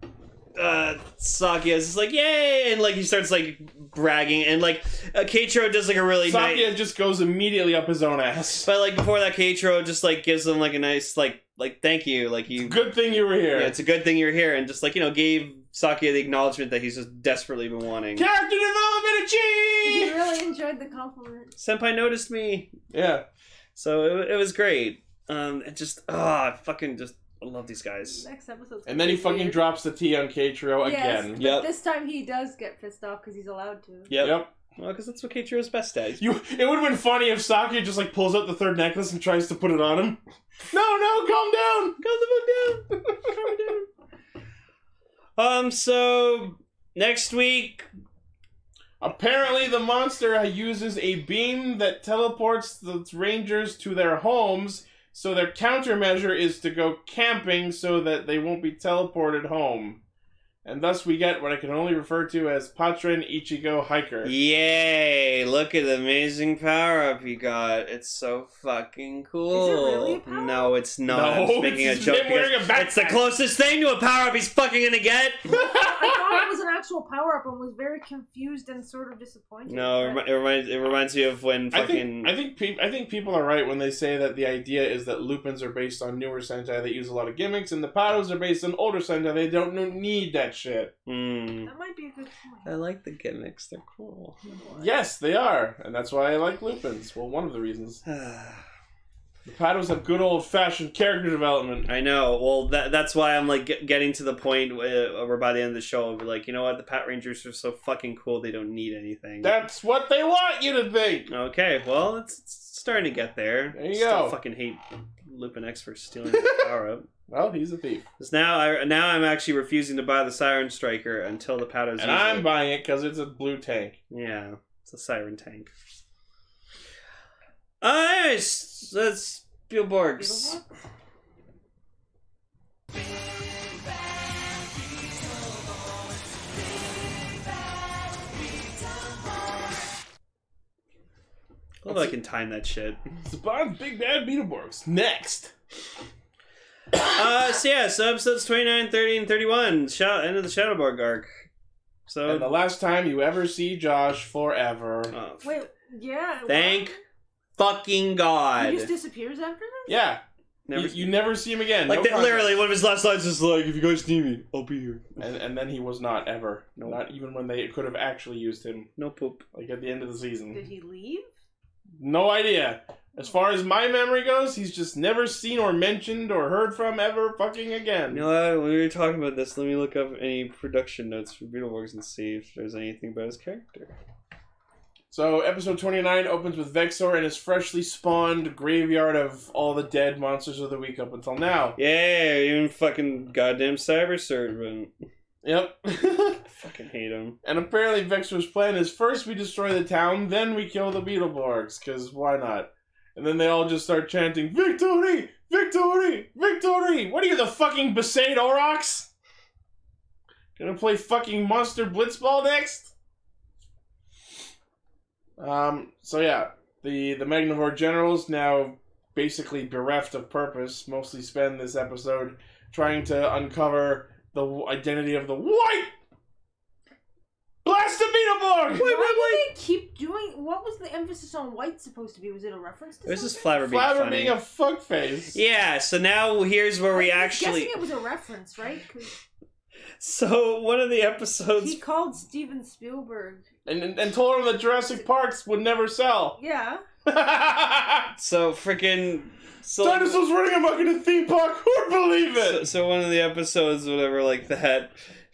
[SPEAKER 2] uh, Sakia is just like, yay! And like he starts like bragging, and like uh, Keitro does like a really nice.
[SPEAKER 1] Sakia just goes immediately up his own ass.
[SPEAKER 2] But like before that, Keitro just like gives him like a nice, like, like thank you. Like you.
[SPEAKER 1] Good thing you were here.
[SPEAKER 2] Yeah, it's a good thing you're here, and just like, you know, gave Sakia the acknowledgement that he's just desperately been wanting.
[SPEAKER 1] Character development
[SPEAKER 3] He
[SPEAKER 1] achieved.
[SPEAKER 3] really enjoyed the compliment.
[SPEAKER 2] Senpai noticed me.
[SPEAKER 1] Yeah.
[SPEAKER 2] So it, it was great. Um, and just ah, I fucking just I love these guys.
[SPEAKER 3] Next episode's
[SPEAKER 1] And then he
[SPEAKER 3] gonna be
[SPEAKER 1] fucking
[SPEAKER 3] weird.
[SPEAKER 1] drops the T on Katrio
[SPEAKER 3] Yes,
[SPEAKER 1] again.
[SPEAKER 3] but
[SPEAKER 2] Yep.
[SPEAKER 3] this time he does get pissed off because he's allowed to.
[SPEAKER 2] Yep. Well, because that's what Keiichiro's best at.
[SPEAKER 1] You, it would have been funny if Saki just like pulls out the third necklace and tries to put it on him. No, no, calm down, calm the fuck down.
[SPEAKER 2] Um. So next week,
[SPEAKER 1] Apparently, the monster uh, uses a beam that teleports the rangers to their homes. So their countermeasure is to go camping so that they won't be teleported home. And thus we get what I can only refer to as Patron Ichigo Hiker.
[SPEAKER 2] yay! Look at the amazing power up you got. It's so fucking cool.
[SPEAKER 3] really a power-up?
[SPEAKER 2] No, it's not.
[SPEAKER 1] No,
[SPEAKER 2] I'm just making a
[SPEAKER 1] it's
[SPEAKER 2] joke.
[SPEAKER 1] him wearing
[SPEAKER 2] because
[SPEAKER 1] a backpack.
[SPEAKER 2] It's the closest thing to a power up he's fucking gonna get.
[SPEAKER 3] I thought it was an actual power up and was very confused and sort of disappointed.
[SPEAKER 2] No, it,
[SPEAKER 3] but-
[SPEAKER 2] remi- it reminds it reminds me of when
[SPEAKER 1] I
[SPEAKER 2] fucking
[SPEAKER 1] think I think peop I think people are right when they say that the idea is that Lupins are based on newer Sentai that use a lot of gimmicks, and the Pados are based on older Sentai. They don't no- need that shit.
[SPEAKER 2] Mm.
[SPEAKER 3] that might be a good
[SPEAKER 2] I
[SPEAKER 3] point.
[SPEAKER 2] like the gimmicks. They're cool.
[SPEAKER 1] Yes, they are, and that's why I like Lupins. Well, one of the reasons the Pados have good old fashioned character development.
[SPEAKER 2] I know. Well, that, that's why I'm like get, getting to the point where where by the end of the show, I'll be like, you know what? The Pat Rangers are so fucking cool. They don't need anything.
[SPEAKER 1] That's what they want you to think.
[SPEAKER 2] okay. Well, it's, it's starting to get there.
[SPEAKER 1] There you
[SPEAKER 2] Still
[SPEAKER 1] go.
[SPEAKER 2] Fucking hate Lupin X for stealing the power up.
[SPEAKER 1] Well, he's a thief,
[SPEAKER 2] 'Cause now, I now I'm actually refusing to buy the Siren Striker until the Pat is.
[SPEAKER 1] and I'm buying it because it's a blue tank.
[SPEAKER 2] yeah, it's a Siren tank. Uh, anyways, that's Spielborgs. I love I can time that shit.
[SPEAKER 1] Spawn Big Bad Beetleborgs next.
[SPEAKER 2] uh, so yeah, so episodes 29, 30, and 31, sh- end of the Shadowborg arc.
[SPEAKER 1] And the
[SPEAKER 2] So,
[SPEAKER 1] last time you ever see Josh forever.
[SPEAKER 2] oh, f-
[SPEAKER 3] Wait, yeah. it
[SPEAKER 2] thank
[SPEAKER 3] was-
[SPEAKER 2] fucking
[SPEAKER 3] He
[SPEAKER 2] god.
[SPEAKER 3] just disappears after this?
[SPEAKER 1] Yeah,
[SPEAKER 2] Never,
[SPEAKER 1] you, you never see him again.
[SPEAKER 2] like,
[SPEAKER 1] No
[SPEAKER 2] that-
[SPEAKER 1] contact.
[SPEAKER 2] literally, one of his last lines is like, if you guys need me, I'll be here.
[SPEAKER 1] And, and then he was not ever.
[SPEAKER 2] Nope.
[SPEAKER 1] Not even when they could have actually used him,
[SPEAKER 2] No poop.
[SPEAKER 1] like at the end of the
[SPEAKER 3] Did
[SPEAKER 1] season.
[SPEAKER 3] he leave?
[SPEAKER 1] No idea. As far as my memory goes, he's just never seen or mentioned or heard from ever fucking again.
[SPEAKER 2] You know what? When we were talking about this, let me look up any production notes for Beetleborgs and see if there's anything about his character.
[SPEAKER 1] So, episode 29 opens with Vexor and his freshly spawned graveyard of all the dead monsters of the week up until now.
[SPEAKER 2] Yeah, even fucking goddamn cyber servant.
[SPEAKER 1] Yep.
[SPEAKER 2] Fucking hate him.
[SPEAKER 1] and apparently Vexer's plan is first we destroy the town, then we kill the Beetleborgs, because why not? And then they all just start chanting, Victory! Victory! Victory! What are you, the fucking Besaid Aurochs? Gonna play fucking Monster Blitzball next? Um, so yeah, the, the Magnavore generals, now basically bereft of purpose, mostly spend this episode trying to uncover the w- identity of the White Blast Beetleborg!
[SPEAKER 3] Why do they keep doing? What was the emphasis on white supposed to be? Was it a reference to
[SPEAKER 2] This is Flabber
[SPEAKER 3] something?
[SPEAKER 2] being
[SPEAKER 1] Flabber
[SPEAKER 2] funny.
[SPEAKER 1] being a fuckface.
[SPEAKER 2] yeah, so now here's where we
[SPEAKER 3] I'm
[SPEAKER 2] actually.
[SPEAKER 3] guessing it was a reference, right? 'Cause
[SPEAKER 2] So one of the
[SPEAKER 3] He
[SPEAKER 2] episodes.
[SPEAKER 3] called Steven Spielberg.
[SPEAKER 1] And, and, and told him that Jurassic Parks would never sell.
[SPEAKER 3] Yeah.
[SPEAKER 1] Dinosaurs
[SPEAKER 2] So freaking. So,
[SPEAKER 1] running amok in a theme park. Who would believe
[SPEAKER 2] so,
[SPEAKER 1] it?
[SPEAKER 2] so one of the episodes, whatever, like that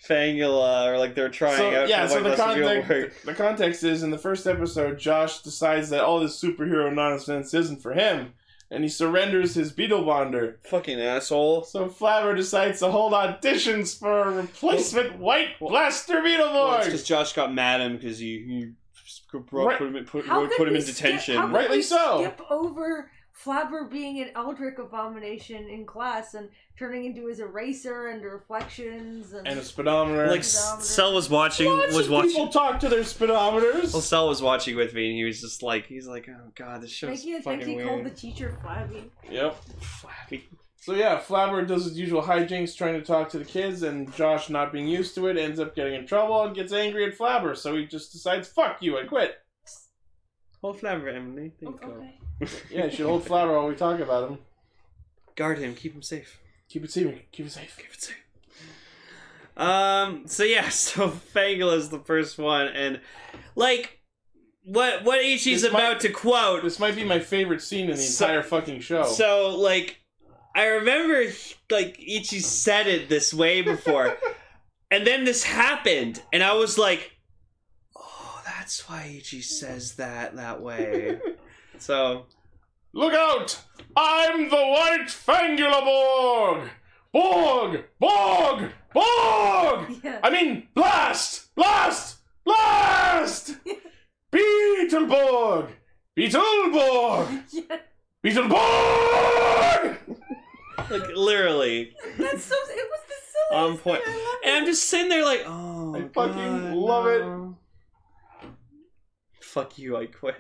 [SPEAKER 2] Fangula, or like they're trying out.
[SPEAKER 1] yeah,
[SPEAKER 2] for
[SPEAKER 1] so
[SPEAKER 2] the
[SPEAKER 1] the
[SPEAKER 2] White Blessed Beetleborg.
[SPEAKER 1] context, the context is in the first episode, Josh decides that all this superhero nonsense isn't for him, and he surrenders his Beetle Bonder.
[SPEAKER 2] Fucking asshole.
[SPEAKER 1] So Flavor decides to hold auditions for a replacement White Blaster Beetleborg.
[SPEAKER 2] because Josh got mad at him because you, you put,
[SPEAKER 1] Right.
[SPEAKER 2] him in, put,
[SPEAKER 3] How could
[SPEAKER 2] put him
[SPEAKER 3] we
[SPEAKER 2] in
[SPEAKER 3] skip-
[SPEAKER 2] detention.
[SPEAKER 3] how could
[SPEAKER 1] Rightly
[SPEAKER 3] we
[SPEAKER 1] so.
[SPEAKER 3] Skip over Flabber being an Eldrick abomination in class and turning into his eraser and reflections and.
[SPEAKER 1] and a speedometer.
[SPEAKER 2] Like S- Cell was watching,
[SPEAKER 1] Lots
[SPEAKER 2] was
[SPEAKER 1] of
[SPEAKER 2] watching.
[SPEAKER 1] people talk to their speedometers.
[SPEAKER 2] Well, Cell was watching with me, and he was just like, he's like, oh god, this show's
[SPEAKER 3] Making it think
[SPEAKER 2] fucking
[SPEAKER 3] he called the
[SPEAKER 2] weird.
[SPEAKER 3] teacher Flabby.
[SPEAKER 1] Yep.
[SPEAKER 2] Flappy.
[SPEAKER 1] So yeah, Flabber does his usual hijinks, trying to talk to the kids, and Josh, not being used to it, ends up getting in trouble and gets angry at Flabber. So he just decides, "Fuck you, I quit."
[SPEAKER 2] Hold Flabber, Emily. There you go.
[SPEAKER 3] Okay.
[SPEAKER 1] Yeah, you should hold Flabber while we talk about him.
[SPEAKER 2] Guard him. Keep him safe.
[SPEAKER 1] Keep it safe. Keep it safe.
[SPEAKER 2] Keep it safe. Um. So yeah. So Fangula is the first one, and like, what what Ichi's
[SPEAKER 1] This might-
[SPEAKER 2] about to quote
[SPEAKER 1] This might be my favorite scene in the
[SPEAKER 2] So-
[SPEAKER 1] entire fucking show.
[SPEAKER 2] So like I remember like Ichi said it this way before. and then this happened and I was like oh that's why Ichi says that that way. so
[SPEAKER 1] Look out! I'm the White Fangula Borg. Borg. Borg. Borg.
[SPEAKER 3] Yeah.
[SPEAKER 1] I mean, blast! Blast! Blast! Beetleborg! Beetleborg!
[SPEAKER 3] yeah.
[SPEAKER 1] Beetleborg!
[SPEAKER 2] like literally
[SPEAKER 3] That's so. It was the
[SPEAKER 2] on
[SPEAKER 3] silliest
[SPEAKER 2] point.
[SPEAKER 3] thing, I love
[SPEAKER 2] And I'm
[SPEAKER 3] it.
[SPEAKER 2] just sitting there like oh
[SPEAKER 1] I fucking
[SPEAKER 2] God,
[SPEAKER 1] love it.
[SPEAKER 2] no. Fuck you, I quit.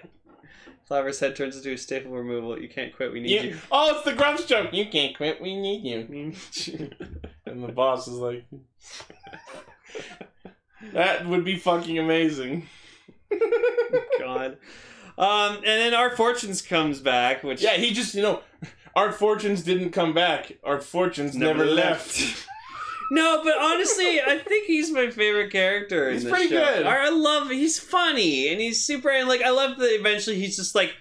[SPEAKER 2] Flower's head turns into a staple removal. You can't quit, we need
[SPEAKER 1] You, oh, it's the Grumps joke. You can't quit. We need you.
[SPEAKER 2] you.
[SPEAKER 1] And the boss is like, that would be fucking amazing.
[SPEAKER 2] God. Um, and then our fortunes comes back, which
[SPEAKER 1] Yeah, he just you know, Art Fortunes didn't come back. Art Fortunes never, left.
[SPEAKER 2] no, but honestly, I think he's my favorite character. in
[SPEAKER 1] He's
[SPEAKER 2] this
[SPEAKER 1] pretty
[SPEAKER 2] show.
[SPEAKER 1] good.
[SPEAKER 2] I I love. He's funny and he's super. And like, I love that eventually he's just like.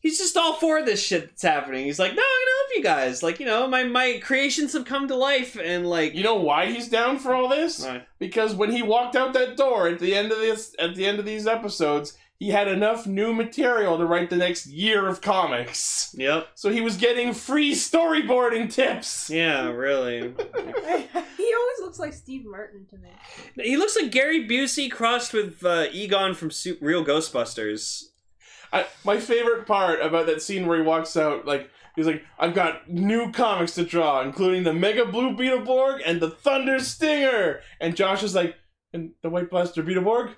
[SPEAKER 2] He's just all for this shit that's happening. He's like, no, I'm gonna help you guys. Like, you know, my my creations have come to life, and like,
[SPEAKER 1] You know why he's down for all this?
[SPEAKER 2] Alright.
[SPEAKER 1] because when he walked out that door at the end of this at the end of these episodes he had enough new material to write the next year of comics
[SPEAKER 2] yep,
[SPEAKER 1] so he was getting free storyboarding tips
[SPEAKER 2] yeah, really.
[SPEAKER 3] he always looks like Steve Martin to me.
[SPEAKER 2] he looks like Gary Busey crossed with uh, Egon from Su- Real Ghostbusters.
[SPEAKER 1] I, my favorite part about that scene where he walks out like he's like i've got new comics to draw including the mega blue beetleborg and the thunder stinger and josh is like and the white blaster beetleborg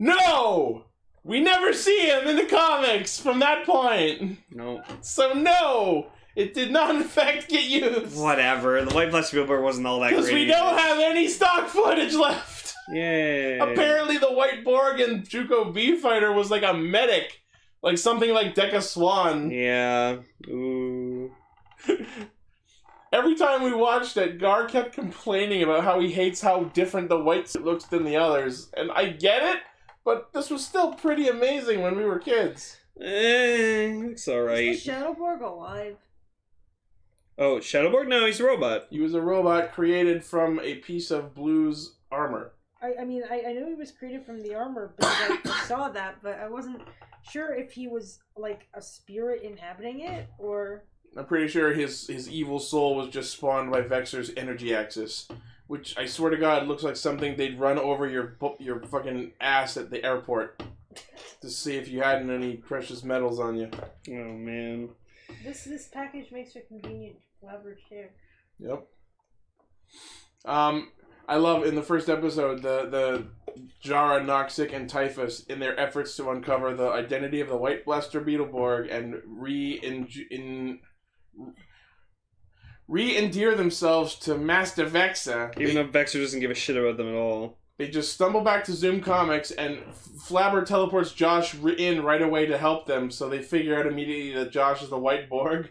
[SPEAKER 1] no we never see him in the comics from that point
[SPEAKER 2] No,
[SPEAKER 1] So no, it did not in fact get used.
[SPEAKER 2] whatever. The White Blessed Billboard wasn't all that great.
[SPEAKER 1] Because we
[SPEAKER 2] either.
[SPEAKER 1] don't have any stock footage left.
[SPEAKER 2] Yay.
[SPEAKER 1] Apparently, the White Borg and Juco B fighter was like a medic, like something like Deca Swan.
[SPEAKER 2] Yeah. Ooh.
[SPEAKER 1] Every time we watched it, Gar kept complaining about how he hates how different the white suit looks than the others, and I get it. But this was still pretty amazing when we were kids.
[SPEAKER 2] Eh, looks alright.
[SPEAKER 3] Is the Shadowborg alive?
[SPEAKER 2] Oh, Shadowboard? No, he's a robot.
[SPEAKER 1] He was a robot created from a piece of Blue's armor.
[SPEAKER 3] I, I mean, I, I know he was created from the armor, but like, I saw that, but I wasn't sure if he was like a spirit inhabiting it or.
[SPEAKER 1] I'm pretty sure his his evil soul was just spawned by Vexer's energy axis. which I swear to God looks like something they'd run over your bu- your fucking ass at the airport to see if you had any precious metals on you.
[SPEAKER 2] Oh man.
[SPEAKER 3] This this package makes for convenient leverage here.
[SPEAKER 1] Yep. Um, I love in the first episode the the Jara, Noxic, and Typhus in their efforts to uncover the identity of the White Blaster Beetleborg and re in re endear themselves to Master Vexa.
[SPEAKER 2] Even though Vexer doesn't give a shit about them at all.
[SPEAKER 1] They just stumble back to Zoom Comics, and Flabber teleports Josh ri- in right away to help them. So they figure out immediately that Josh is the White Borg,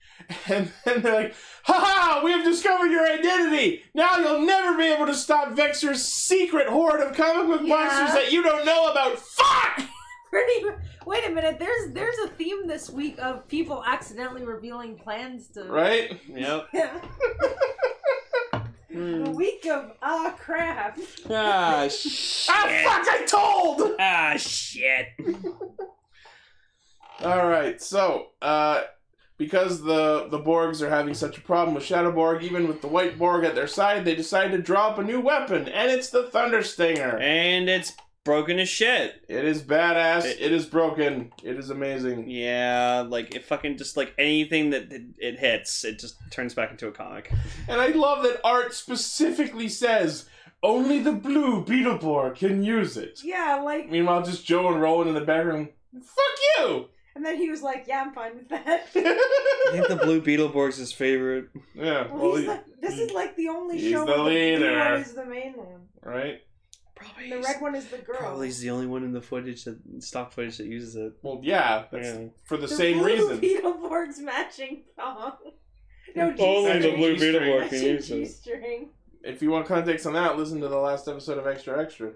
[SPEAKER 1] and then they're like, "Ha ha! We have discovered your identity. Now you'll never be able to stop Vexer's secret horde of comic book
[SPEAKER 3] Yeah.
[SPEAKER 1] monsters that you don't know about." Fuck!
[SPEAKER 3] Pretty. mu- Wait a minute. There's there's a theme this week of people accidentally revealing plans to.
[SPEAKER 1] Right?
[SPEAKER 2] Yep.
[SPEAKER 3] Yeah.
[SPEAKER 1] Hmm.
[SPEAKER 3] the week of ah crap.
[SPEAKER 2] Ah shit.
[SPEAKER 1] Ah, fuck! I told.
[SPEAKER 2] Ah shit.
[SPEAKER 1] All right, so uh, because the the Borgs are having such a problem with Shadow Borg, even with the White Borg at their side, they decide to drop a new weapon, and it's the Thunder Stinger.
[SPEAKER 2] And it's broken as shit.
[SPEAKER 1] It is badass.
[SPEAKER 2] It-
[SPEAKER 1] it is broken. It is amazing.
[SPEAKER 2] Yeah, like it fucking just like anything that it, it hits, it just turns back into a comic.
[SPEAKER 1] And I love that Art specifically says only the blue Beetleborg can use it.
[SPEAKER 3] Yeah, like.
[SPEAKER 1] Meanwhile, just Joe and Roland in the back room. Fuck
[SPEAKER 3] And then he was like, "Yeah, I'm fine with that."
[SPEAKER 1] you.
[SPEAKER 2] I think the Blue Beetleborg's his favorite.
[SPEAKER 1] yeah.
[SPEAKER 3] Well,
[SPEAKER 1] Well,
[SPEAKER 3] he's the, this is like the only
[SPEAKER 1] He's
[SPEAKER 3] show
[SPEAKER 1] the
[SPEAKER 3] where the blue
[SPEAKER 1] leader.
[SPEAKER 3] one is the main one.
[SPEAKER 1] right.
[SPEAKER 2] Probably.
[SPEAKER 3] The
[SPEAKER 2] he's-
[SPEAKER 3] red one is the girl.
[SPEAKER 2] Probably he's the only one in the footage that stock footage that uses it.
[SPEAKER 1] Well, yeah. That's
[SPEAKER 2] Yeah.
[SPEAKER 1] for the,
[SPEAKER 3] the
[SPEAKER 1] same
[SPEAKER 3] blue
[SPEAKER 1] reason.
[SPEAKER 3] Beetleborg's matching song. No,
[SPEAKER 2] Only the
[SPEAKER 1] G-string.
[SPEAKER 2] Blue
[SPEAKER 1] G-string.
[SPEAKER 2] Beetleborg can
[SPEAKER 3] matching
[SPEAKER 2] use
[SPEAKER 3] G
[SPEAKER 2] it.
[SPEAKER 3] string.
[SPEAKER 1] if you want context on that, listen to the last episode of Extra Extra.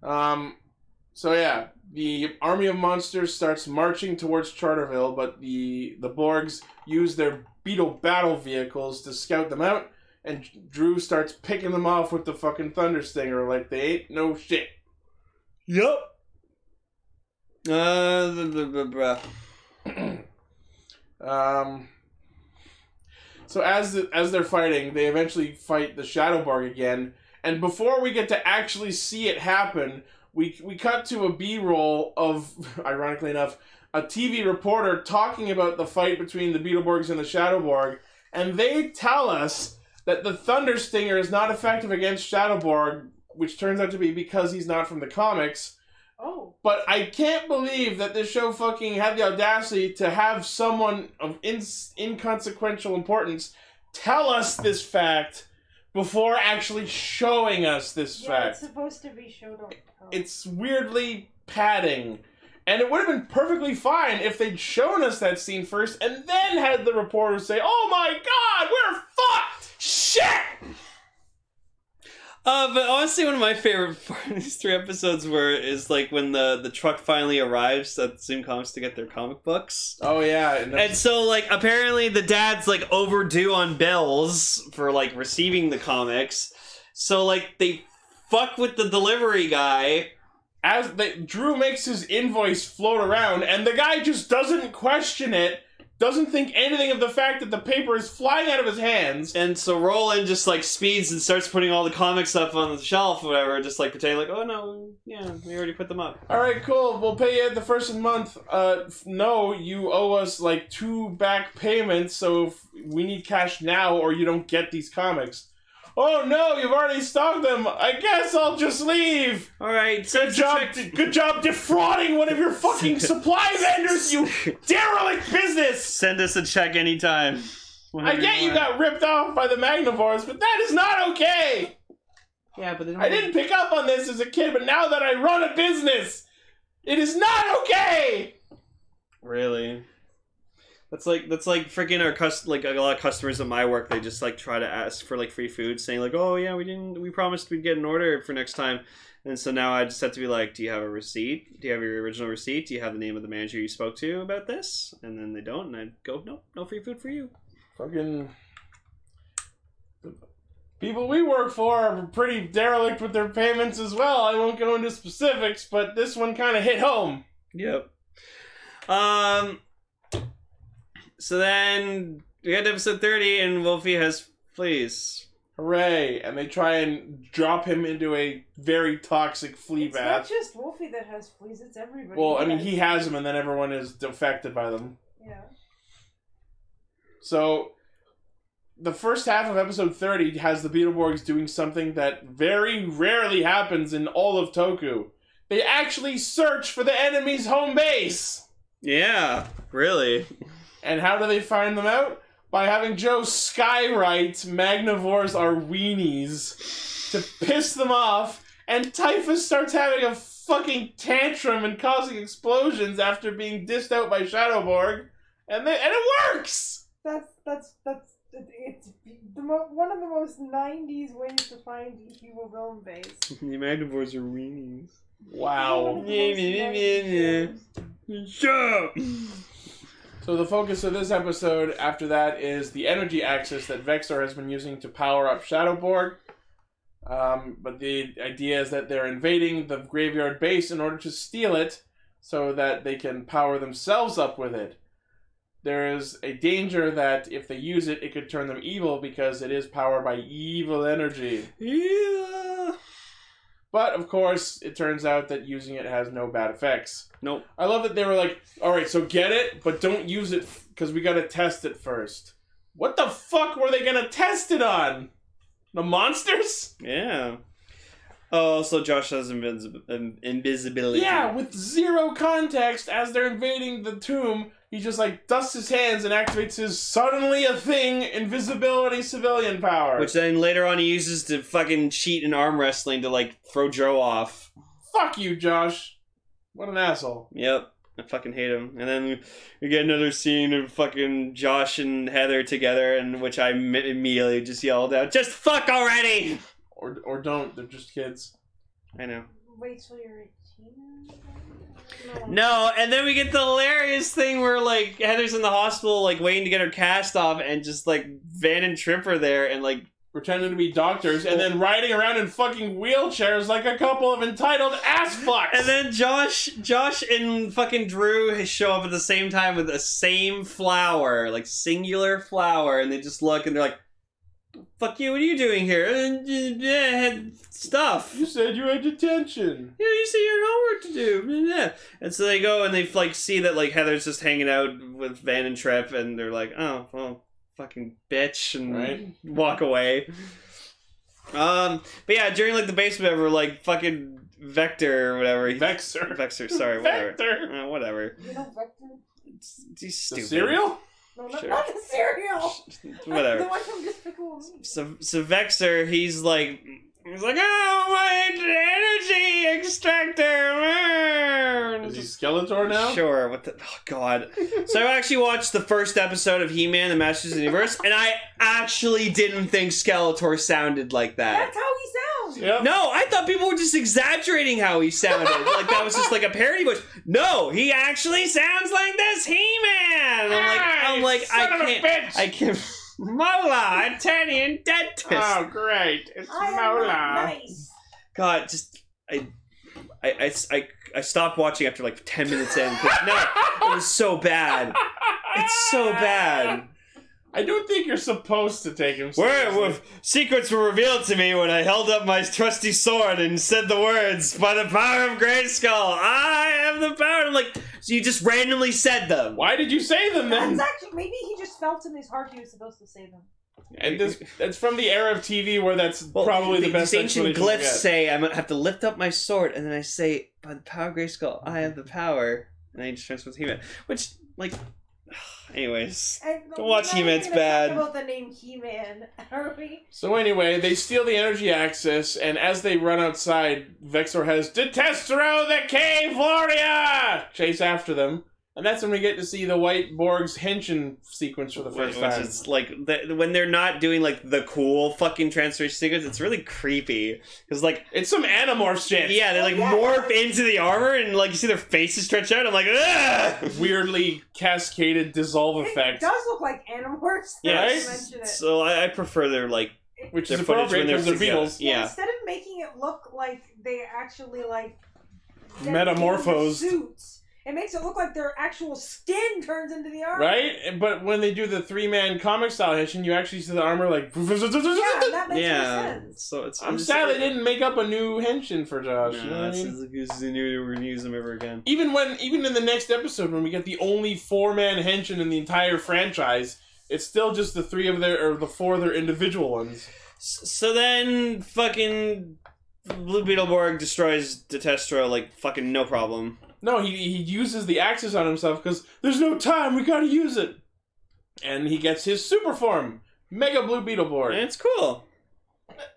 [SPEAKER 1] Um, so yeah, the army of monsters starts marching towards Charterville, but the the Borgs use their beetle battle vehicles to scout them out, and Drew starts picking them off with the fucking thunder stinger like they ain't no shit.
[SPEAKER 2] Yep. Uh, the, the, the, bruh.
[SPEAKER 1] Um, so as the, as they're fighting, they eventually fight the Shadow Barg again, and before we get to actually see it happen, we we cut to a B roll of, ironically enough, a TV reporter talking about the fight between the Beetleborgs and the Shadow Borg, and they tell us that the Thunder Stinger is not effective against Shadow Borg, which turns out to be because he's not from the comics.
[SPEAKER 3] Oh,
[SPEAKER 1] But I can't believe that this show fucking had the audacity to have someone of in- inconsequential importance tell us this fact before actually showing us this
[SPEAKER 3] yeah, it's
[SPEAKER 1] fact.
[SPEAKER 3] supposed to be show don't tell.
[SPEAKER 1] It's weirdly padding. And it would have been perfectly fine if they'd shown us that scene first and then had the reporter say, Oh my god, we're fucked! Shit!
[SPEAKER 2] Uh, but honestly, one of my favorite part of these three episodes were is like when the the truck finally arrives at Zoom Comics to get their comic books.
[SPEAKER 1] Oh yeah. and
[SPEAKER 2] And so, like, apparently the dad's like overdue on bills for like receiving the comics. So, like, they fuck with the delivery guy.
[SPEAKER 1] as they, Drew makes his invoice float around, and the guy just doesn't question it, doesn't think anything of the fact that the paper is flying out of his hands.
[SPEAKER 2] And so Roland just like speeds and starts putting all the comics up on the shelf, or whatever, just like pretending like, oh no, yeah, we already put them up.
[SPEAKER 1] All right, cool. We'll pay you at the first of the month. Uh, f- no, you owe us like two back payments, so if we need cash now, or you don't get these comics. Oh no, you've already stocked them. I guess I'll just leave.
[SPEAKER 2] All right,
[SPEAKER 1] Good job, good job defrauding one of your fucking supply vendors, you derelict business.
[SPEAKER 2] Send us a check anytime.
[SPEAKER 1] I get you got ripped off by the Magnivores, but that is not okay.
[SPEAKER 2] Yeah, but they don't
[SPEAKER 1] I didn't pick up on this as a kid, but now that I run a business, it is not okay.
[SPEAKER 2] really. That's like that's like freaking our cust like a lot of customers at my work. They just like try to ask for like free food, saying like, "Oh yeah, we didn't. We promised we'd get an order for next time." And so now I just have to be like, "Do you have a receipt? Do you have your original receipt? Do you have the name of the manager you spoke to about this?" And then they don't, and I go, "Nope, no free food for you."
[SPEAKER 1] Fucking people we work for are pretty derelict with their payments as well. I won't go into specifics, but this one kind of hit home.
[SPEAKER 2] Yep. Um. So then we get to episode thirty, and Wolfie has fleas.
[SPEAKER 1] Hooray! And they try and drop him into a very toxic flea
[SPEAKER 3] It's not
[SPEAKER 1] bath.
[SPEAKER 3] just Wolfie that has fleas; it's everybody.
[SPEAKER 1] Well, I mean,
[SPEAKER 3] Yeah.
[SPEAKER 1] he has them, and then everyone is affected by them.
[SPEAKER 3] Yeah.
[SPEAKER 1] So, the first half of episode 30 has the Beetleborgs doing something that very rarely happens in all of Toku. They actually search for the enemy's home base!
[SPEAKER 2] Yeah, really.
[SPEAKER 1] And how do they find them out? By having Joe skywrite Magnivores are weenies to piss them off, and Typhus starts having a fucking tantrum and causing explosions after being dissed out by Shadowborg, and, they, and it works!
[SPEAKER 3] That's that's that's it's the mo- one of the most '90s ways to find evil villain base.
[SPEAKER 2] The Magnivores are weenies.
[SPEAKER 1] Wow.
[SPEAKER 2] Shut
[SPEAKER 1] So the focus of this episode after that is the energy axis that Vexor has been using to power up Shadowborg. Um, but the idea is that they're invading the graveyard base in order to steal it so that they can power themselves up with it. There is a danger that if they use it, it could turn them evil because it is powered by evil energy.
[SPEAKER 2] Yeah.
[SPEAKER 1] But of course, it turns out that using it has no bad effects.
[SPEAKER 2] Nope.
[SPEAKER 1] I love that they were like, all right, so get it, but don't use it because we got to test it first. What the fuck were they going to test it on? The monsters?
[SPEAKER 2] Yeah. Oh, also Josh has invis- um, invisibility.
[SPEAKER 1] Yeah, with zero context as they're invading the tomb, he just like dusts his hands and activates his suddenly a thing invisibility civilian power.
[SPEAKER 2] Which then later on he uses to fucking cheat in arm wrestling to like throw Joe off.
[SPEAKER 1] fuck you, Josh. What an asshole.
[SPEAKER 2] Yep. I fucking hate him. And then we get another scene of fucking Josh and Heather together, in which I m- immediately just yelled out, "Just fuck already!"
[SPEAKER 1] Or or don't, they're just kids.
[SPEAKER 2] I know.
[SPEAKER 3] Wait till you're 18.
[SPEAKER 2] No, and then we get the hilarious thing where like Heather's in the hospital, like waiting to get her cast off, and just like Van and Trip are there, and like
[SPEAKER 1] Pretending to be doctors and then riding around in fucking wheelchairs like a couple of entitled ass fucks.
[SPEAKER 2] And then Josh, Josh, and fucking Drew show up at the same time with the same flower, like singular flower, and they just look and they're like, "Fuck you! What are you doing here?" And, uh, yeah, had stuff.
[SPEAKER 1] You said you had detention.
[SPEAKER 2] Yeah, you see your homework to do. Yeah. And so they go and they like see that like Heather's just hanging out with Van and Trep, and they're like, "Oh, well, fucking bitch," and
[SPEAKER 1] Right.
[SPEAKER 2] walk away. Um, but yeah, during like the basement, ever like fucking Vector or whatever. he-
[SPEAKER 1] Vexer.
[SPEAKER 2] Vexer, sorry, whatever.
[SPEAKER 1] Vector.
[SPEAKER 2] Uh, whatever.
[SPEAKER 3] You know Vector?
[SPEAKER 2] It's- He's
[SPEAKER 1] The
[SPEAKER 2] stupid.
[SPEAKER 1] cereal?
[SPEAKER 3] No, not,
[SPEAKER 2] Sure.
[SPEAKER 3] not the cereal. The
[SPEAKER 2] Whatever.
[SPEAKER 3] one from Despicable Me.
[SPEAKER 2] So, so Vexer, he's like, he's like, oh, my energy extractor. mm."
[SPEAKER 1] Is he Skeletor now?
[SPEAKER 2] Sure. What the? Oh God. so I actually watched the first episode of He-Man: The Masters of the Universe, and I actually didn't think Skeletor sounded like that.
[SPEAKER 3] That's how he sounds.
[SPEAKER 1] Yep.
[SPEAKER 2] No, I thought people were just exaggerating how he sounded. like that was just like a parody voice. No, he actually sounds like this He-Man. I'm like,
[SPEAKER 1] Hey,
[SPEAKER 2] I'm like,
[SPEAKER 1] son
[SPEAKER 2] I
[SPEAKER 1] of a
[SPEAKER 2] can't,
[SPEAKER 1] bitch!
[SPEAKER 2] I can't. Mola, a Teddy, and dentist.
[SPEAKER 1] Oh, great. It's
[SPEAKER 3] I am not
[SPEAKER 1] Mola.
[SPEAKER 3] nice.
[SPEAKER 2] God, just I, I, I, I, I stopped watching after like ten minutes in. 'cause No, it was so bad. It's so bad.
[SPEAKER 1] I don't think you're supposed to take him
[SPEAKER 2] Where
[SPEAKER 1] seriously.
[SPEAKER 2] were- secrets were revealed to me when I held up my trusty sword and said the words, "By the power of Grayskull, I have the power." I'm like, so you just randomly said them.
[SPEAKER 1] Why did you say them
[SPEAKER 3] That's
[SPEAKER 1] then?
[SPEAKER 3] actually maybe he just felt in his heart he was supposed to say them.
[SPEAKER 1] And this, that's from the era of TV where that's probably the, best
[SPEAKER 2] These ancient
[SPEAKER 1] explanation you
[SPEAKER 2] glyphs
[SPEAKER 1] get.
[SPEAKER 2] say, "I have to lift up my sword," and then I say, "By the power of Grayskull, I have the power," and I just transform into He-Man. Which, like, anyways,
[SPEAKER 3] And
[SPEAKER 2] Don't watch
[SPEAKER 3] we're not
[SPEAKER 2] He-Man's
[SPEAKER 3] even gonna
[SPEAKER 2] bad.
[SPEAKER 3] talk About the name He-Man, are we?
[SPEAKER 1] So anyway, they steal the energy axis, and as they run outside, Vexor has Detestero the Cave Gloria chase after them, and that's when we get to see the White Borg's Henshin sequence for the
[SPEAKER 2] which
[SPEAKER 1] first time.
[SPEAKER 2] is like the, when they're not doing like the cool fucking transformation sequence, it's really creepy because like.
[SPEAKER 1] It's some Animorph shit.
[SPEAKER 2] Yeah, they like
[SPEAKER 3] Oh, Yeah.
[SPEAKER 2] morph into the armor and like you see their faces stretch out. I'm like, ugh!
[SPEAKER 1] Weirdly cascaded dissolve
[SPEAKER 3] It
[SPEAKER 1] effect,
[SPEAKER 3] does look like Animorphs. now
[SPEAKER 2] Yeah,
[SPEAKER 3] that you
[SPEAKER 1] Right?
[SPEAKER 3] mention it.
[SPEAKER 2] So I, I prefer their like
[SPEAKER 1] which
[SPEAKER 2] their
[SPEAKER 1] is
[SPEAKER 2] footage
[SPEAKER 1] appropriate
[SPEAKER 2] when they're
[SPEAKER 1] because they're
[SPEAKER 2] together.
[SPEAKER 1] Beatles.
[SPEAKER 3] Yeah,
[SPEAKER 2] Yeah,
[SPEAKER 3] Instead of making it look like they actually like
[SPEAKER 1] Metamorphose.
[SPEAKER 3] suits, It makes it look like their actual skin turns into the armor.
[SPEAKER 1] Right? But when they do the three man comic style edition, you actually see the armor like.
[SPEAKER 3] Yeah, that makes more
[SPEAKER 2] yeah.
[SPEAKER 3] sense.
[SPEAKER 2] So it's.
[SPEAKER 1] I'm sad they didn't make up a new henshin for
[SPEAKER 2] No,
[SPEAKER 1] Josh. you know what I
[SPEAKER 2] this
[SPEAKER 1] mean?
[SPEAKER 2] is, this is the new. We're gonna use them ever again.
[SPEAKER 1] even when even in the next episode when we get the only four man henchman in the entire franchise, it's still just the three of their or the four of their individual ones.
[SPEAKER 2] S- So then, fucking Blue Beetleborg destroys Detestro like fucking no problem.
[SPEAKER 1] No, he he uses the axis on himself because there's no time. We gotta use it, and he gets his super form, Mega Blue Beetleborg.
[SPEAKER 2] And it's cool.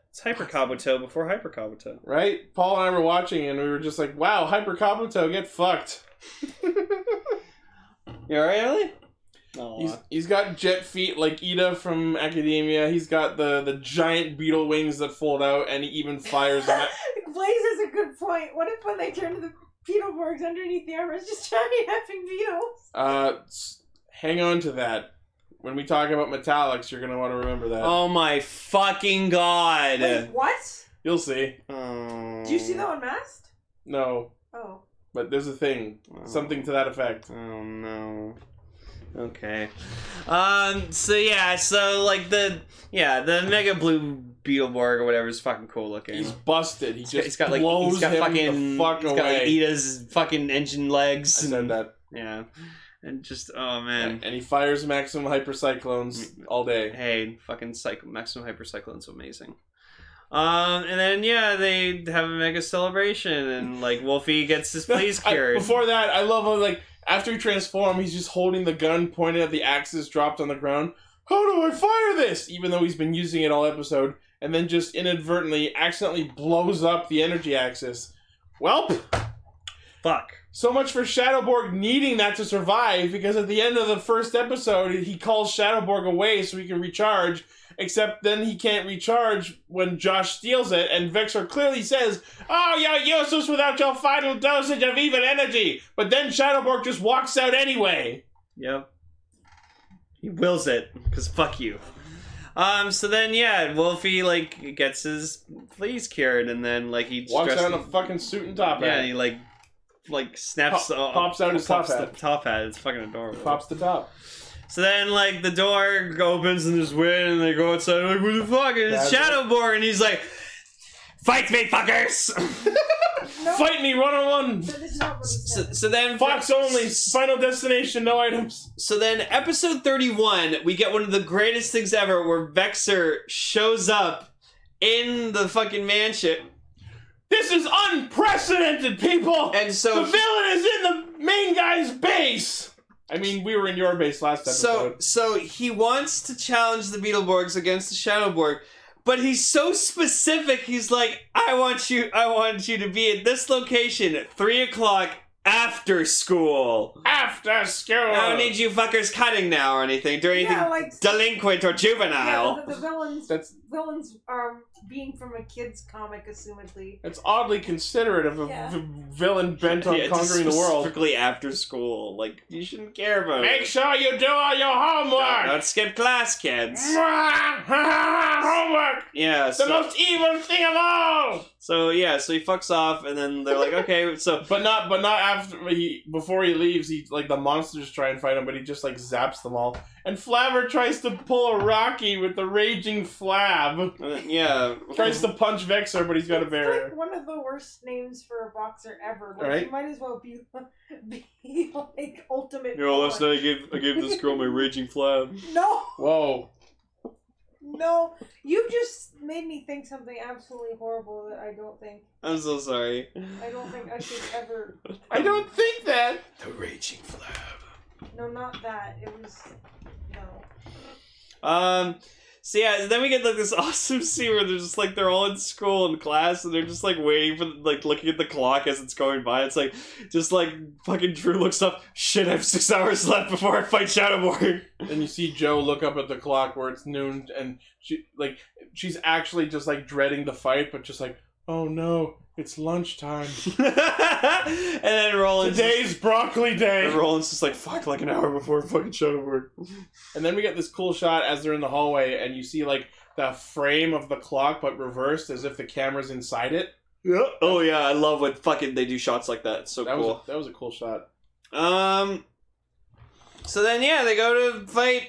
[SPEAKER 2] It's Hyper Kabuto before Hyper Kabuto.
[SPEAKER 1] Right? Paul and I were watching, and we were just like, "Wow, Hyper Kabuto, get fucked."
[SPEAKER 2] You alright, Ellie?
[SPEAKER 1] He's,
[SPEAKER 2] Oh,
[SPEAKER 1] he's got jet feet like Ida from Academia. He's got the, the giant beetle wings that fold out, and he even fires. ma-
[SPEAKER 3] Blaze has a good point. What if when they turn to the Beetleborgs underneath the armor, it's just shiny effing beetles?
[SPEAKER 1] Uh, s- hang on to that. When we talk about metallics, you're gonna want to remember that.
[SPEAKER 2] oh my fucking god!
[SPEAKER 1] uh,
[SPEAKER 3] Wait, what?
[SPEAKER 1] You'll see.
[SPEAKER 2] Oh.
[SPEAKER 3] Do you see that one masked?
[SPEAKER 1] No,
[SPEAKER 3] Oh.
[SPEAKER 1] but there's a thing,
[SPEAKER 2] Oh.
[SPEAKER 1] something to that effect.
[SPEAKER 2] Oh no. Okay. Um. So yeah. So like the yeah the Mega Blue Beetleborg or whatever is fucking cool looking.
[SPEAKER 1] He's busted. He
[SPEAKER 2] He's
[SPEAKER 1] just
[SPEAKER 2] got- he's got like
[SPEAKER 1] blows
[SPEAKER 2] he's got
[SPEAKER 1] him
[SPEAKER 2] fucking
[SPEAKER 1] the fuck
[SPEAKER 2] he's
[SPEAKER 1] away.
[SPEAKER 2] got like Ida's fucking engine
[SPEAKER 1] I
[SPEAKER 2] legs
[SPEAKER 1] said
[SPEAKER 2] and
[SPEAKER 1] that.
[SPEAKER 2] yeah, and just oh
[SPEAKER 1] And,
[SPEAKER 2] man.
[SPEAKER 1] he fires maximum hypercyclones all day.
[SPEAKER 2] Hey, fucking cycle maximum hypercyclone's amazing. Um, and then yeah, they have a mega celebration, and like Wolfie gets his please
[SPEAKER 1] I-
[SPEAKER 2] cured.
[SPEAKER 1] before that, I love how like after he transforms, he's just holding the gun pointed at the axis dropped on the ground. How do I fire this? Even though he's been using it all episode, and then just inadvertently, accidentally blows up the energy axis. Welp.
[SPEAKER 2] Fuck.
[SPEAKER 1] So much for Shadowborg needing that to survive, because at the end of the first episode, he calls Shadowborg away so he can recharge. Except then he can't recharge when Josh steals it, and Vexor clearly says, "Oh, you're useless without your final dosage of evil energy." But then Shadowborg just walks out anyway.
[SPEAKER 2] Yep. He wills it because fuck you. Um. So then, yeah, Wolfie like gets his fleas cured, and then like he just
[SPEAKER 1] Walks
[SPEAKER 2] dressed-
[SPEAKER 1] out in a fucking suit and top
[SPEAKER 2] yeah,
[SPEAKER 1] hat.
[SPEAKER 2] and he like like snaps
[SPEAKER 1] Pop-
[SPEAKER 2] uh,
[SPEAKER 1] pops out his top
[SPEAKER 2] pops
[SPEAKER 1] hat.
[SPEAKER 2] The top hat. It's fucking adorable.
[SPEAKER 1] pops the top.
[SPEAKER 2] So then, like, the door opens and there's wind, and they go outside, like, what the fuck? And it's
[SPEAKER 1] That's right.
[SPEAKER 2] Shadowborg, and he's like, fight me, fuckers!
[SPEAKER 3] No.
[SPEAKER 1] Fight me one on one.
[SPEAKER 3] So this is not what he said.
[SPEAKER 2] so, so then,
[SPEAKER 1] Fox only. Final destination. No items.
[SPEAKER 2] So then, episode 31, we get one of the greatest things ever where Vexer shows up in the fucking mansion.
[SPEAKER 1] This is unprecedented, people.
[SPEAKER 2] And
[SPEAKER 1] The
[SPEAKER 2] so.
[SPEAKER 1] villain is in the main guy's base. I mean, we were in your base last
[SPEAKER 2] So,
[SPEAKER 1] episode.
[SPEAKER 2] so he wants to challenge the Beetleborgs against the Shadowborg, but he's so specific. He's like, "I want you, I want you to be at this location at three o'clock after school.
[SPEAKER 1] After school.
[SPEAKER 2] I don't need you fuckers cutting now or anything, doing anything
[SPEAKER 3] Yeah, like
[SPEAKER 2] delinquent or
[SPEAKER 3] yeah,
[SPEAKER 2] juvenile."
[SPEAKER 3] the, the villains
[SPEAKER 1] That's
[SPEAKER 3] villains um being from a kid's comic assumedly.
[SPEAKER 1] that's oddly considerate of a
[SPEAKER 3] Yeah.
[SPEAKER 1] v- villain bent on
[SPEAKER 2] Yeah, just
[SPEAKER 1] conquering the world.
[SPEAKER 2] specifically after school. Like you shouldn't care about
[SPEAKER 1] Make
[SPEAKER 2] it.
[SPEAKER 1] sure you do all your
[SPEAKER 2] Don't,
[SPEAKER 1] homework.
[SPEAKER 2] don't skip class, kids.
[SPEAKER 1] homework.
[SPEAKER 2] Yeah,
[SPEAKER 1] The
[SPEAKER 2] so,
[SPEAKER 1] most evil thing of all.
[SPEAKER 2] so yeah, so he fucks off, and then they're like, "Okay, so."
[SPEAKER 1] But not, but not after he. Before he leaves, he like the monsters try and fight him, but he just like zaps them all. And Flavor tries to pull a Rocky with the raging Flab.
[SPEAKER 2] Uh, yeah.
[SPEAKER 1] Tries to punch Vexer, but he's got a
[SPEAKER 3] It's
[SPEAKER 1] barrier.
[SPEAKER 3] like one of the worst names for a boxer ever. Like,
[SPEAKER 1] Right.
[SPEAKER 3] You might as well be, be like ultimate.
[SPEAKER 2] Yo, last
[SPEAKER 3] Pawn.
[SPEAKER 2] night I gave I gave this girl my raging flab.
[SPEAKER 3] No,
[SPEAKER 1] Whoa.
[SPEAKER 3] no, you just made me think something absolutely horrible that I don't think
[SPEAKER 2] I'm so sorry.
[SPEAKER 3] I don't think I should ever.
[SPEAKER 1] I don't think that.
[SPEAKER 2] The raging flab.
[SPEAKER 3] No, not that. It was no.
[SPEAKER 2] Um. So yeah, then we get like this awesome scene where they're just like they're all in school and class, and they're just like waiting for like looking at the clock as it's going by. It's like just like fucking Drew looks up. Shit, I have six hours left before I fight Shadowborn.
[SPEAKER 1] And you see Joe look up at the clock where it's noon, and she like she's actually just like dreading the fight, but just like, oh no, it's lunchtime.
[SPEAKER 2] and then Roland's
[SPEAKER 1] Today's broccoli
[SPEAKER 2] just,
[SPEAKER 1] day.
[SPEAKER 2] Roland's just like fuck, like an hour before fucking Shadowborn.
[SPEAKER 1] And then we get this cool shot as they're in the hallway, and you see like the frame of the clock, but reversed as if the camera's inside it.
[SPEAKER 2] Yeah. Oh yeah, I love when fucking they do shots like that. It's so
[SPEAKER 1] That
[SPEAKER 2] cool.
[SPEAKER 1] was a, that was a cool shot.
[SPEAKER 2] Um. So then, yeah, they go to fight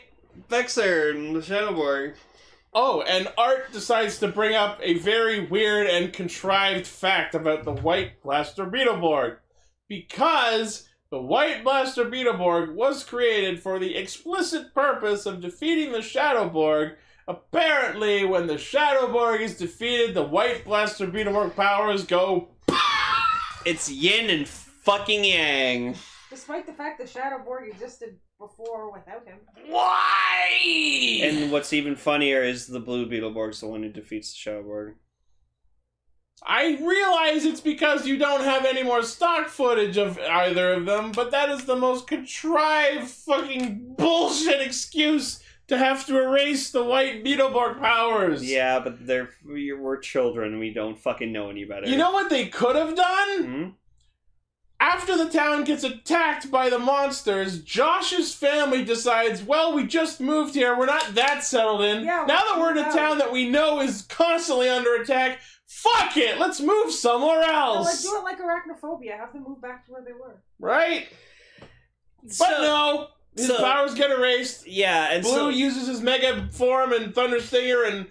[SPEAKER 2] Vexer and the Shadowborg.
[SPEAKER 1] Oh, and Art decides to bring up a very weird and contrived fact about the White Blaster Beetleborg. Because the White Blaster Beetleborg was created for the explicit purpose of defeating the Shadowborg. Apparently, when the Shadowborg is defeated, the White Blaster Beetleborg powers go.
[SPEAKER 2] It's yin and fucking yang.
[SPEAKER 3] Despite the fact that Shadowborg existed before or without him.
[SPEAKER 1] Why? And
[SPEAKER 2] And what's even funnier is the Blue Beetleborg's the one who defeats the Shadowborg.
[SPEAKER 1] I realize it's because you don't have any more stock footage of either of them, but that is the most contrived fucking bullshit excuse to have to erase the white Beetleborg powers.
[SPEAKER 2] Yeah, but they're we- we're children. We don't fucking know any better.
[SPEAKER 1] You know what they could have done?
[SPEAKER 2] Hmm?
[SPEAKER 1] After the town gets attacked by the monsters, Josh's family decides, well, we just moved here. We're not that settled in.
[SPEAKER 3] Yeah,
[SPEAKER 1] now that we're in a
[SPEAKER 3] no.
[SPEAKER 1] town that we know is constantly under attack, fuck it. Let's move somewhere
[SPEAKER 3] No, like,
[SPEAKER 1] else.
[SPEAKER 3] do it like arachnophobia. Have them move back to where they were.
[SPEAKER 1] Right?
[SPEAKER 2] So-
[SPEAKER 1] But no, his
[SPEAKER 2] so-
[SPEAKER 1] powers get erased.
[SPEAKER 2] Yeah, and
[SPEAKER 1] Blue
[SPEAKER 2] so
[SPEAKER 1] uses his mega form and Thunder Stinger, and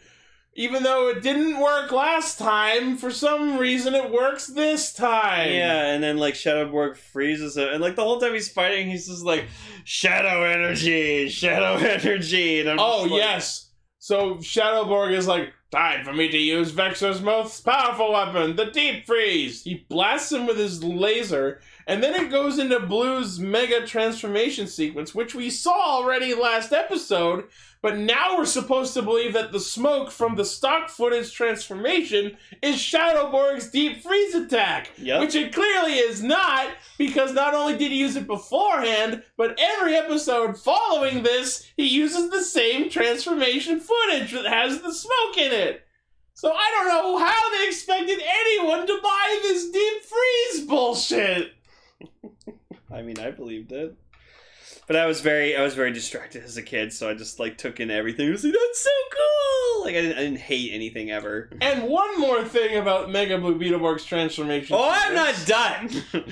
[SPEAKER 1] even though it didn't work last time, for some reason it works this time.
[SPEAKER 2] yeah, and then like Shadowborg freezes him, and like the whole time he's fighting, he's just like shadow energy, shadow energy. And I'm
[SPEAKER 1] Oh
[SPEAKER 2] just like,
[SPEAKER 1] yes. So Shadowborg is like, time for me to use Vexor's most powerful weapon, the Deep Freeze. He blasts him with his laser, and then it goes into Blue's mega transformation sequence, which we saw already last episode. But now we're supposed to believe that the smoke from the stock footage transformation is Shadowborg's Deep Freeze attack,
[SPEAKER 2] Yep.
[SPEAKER 1] which it clearly is not because not only did he use it beforehand, but every episode following this, he uses the same transformation footage that has the smoke in it. So I don't know how they expected anyone to buy this deep freeze bullshit.
[SPEAKER 2] I mean, I believed it. But I was very, I was very distracted as a kid, so I just like took in everything. I was like, "That's so cool!" Like I didn't, I didn't hate anything ever.
[SPEAKER 1] And one more thing about Mega Blue Beetleborg's transformation.
[SPEAKER 2] Oh, I'm
[SPEAKER 1] sequence.
[SPEAKER 2] not done.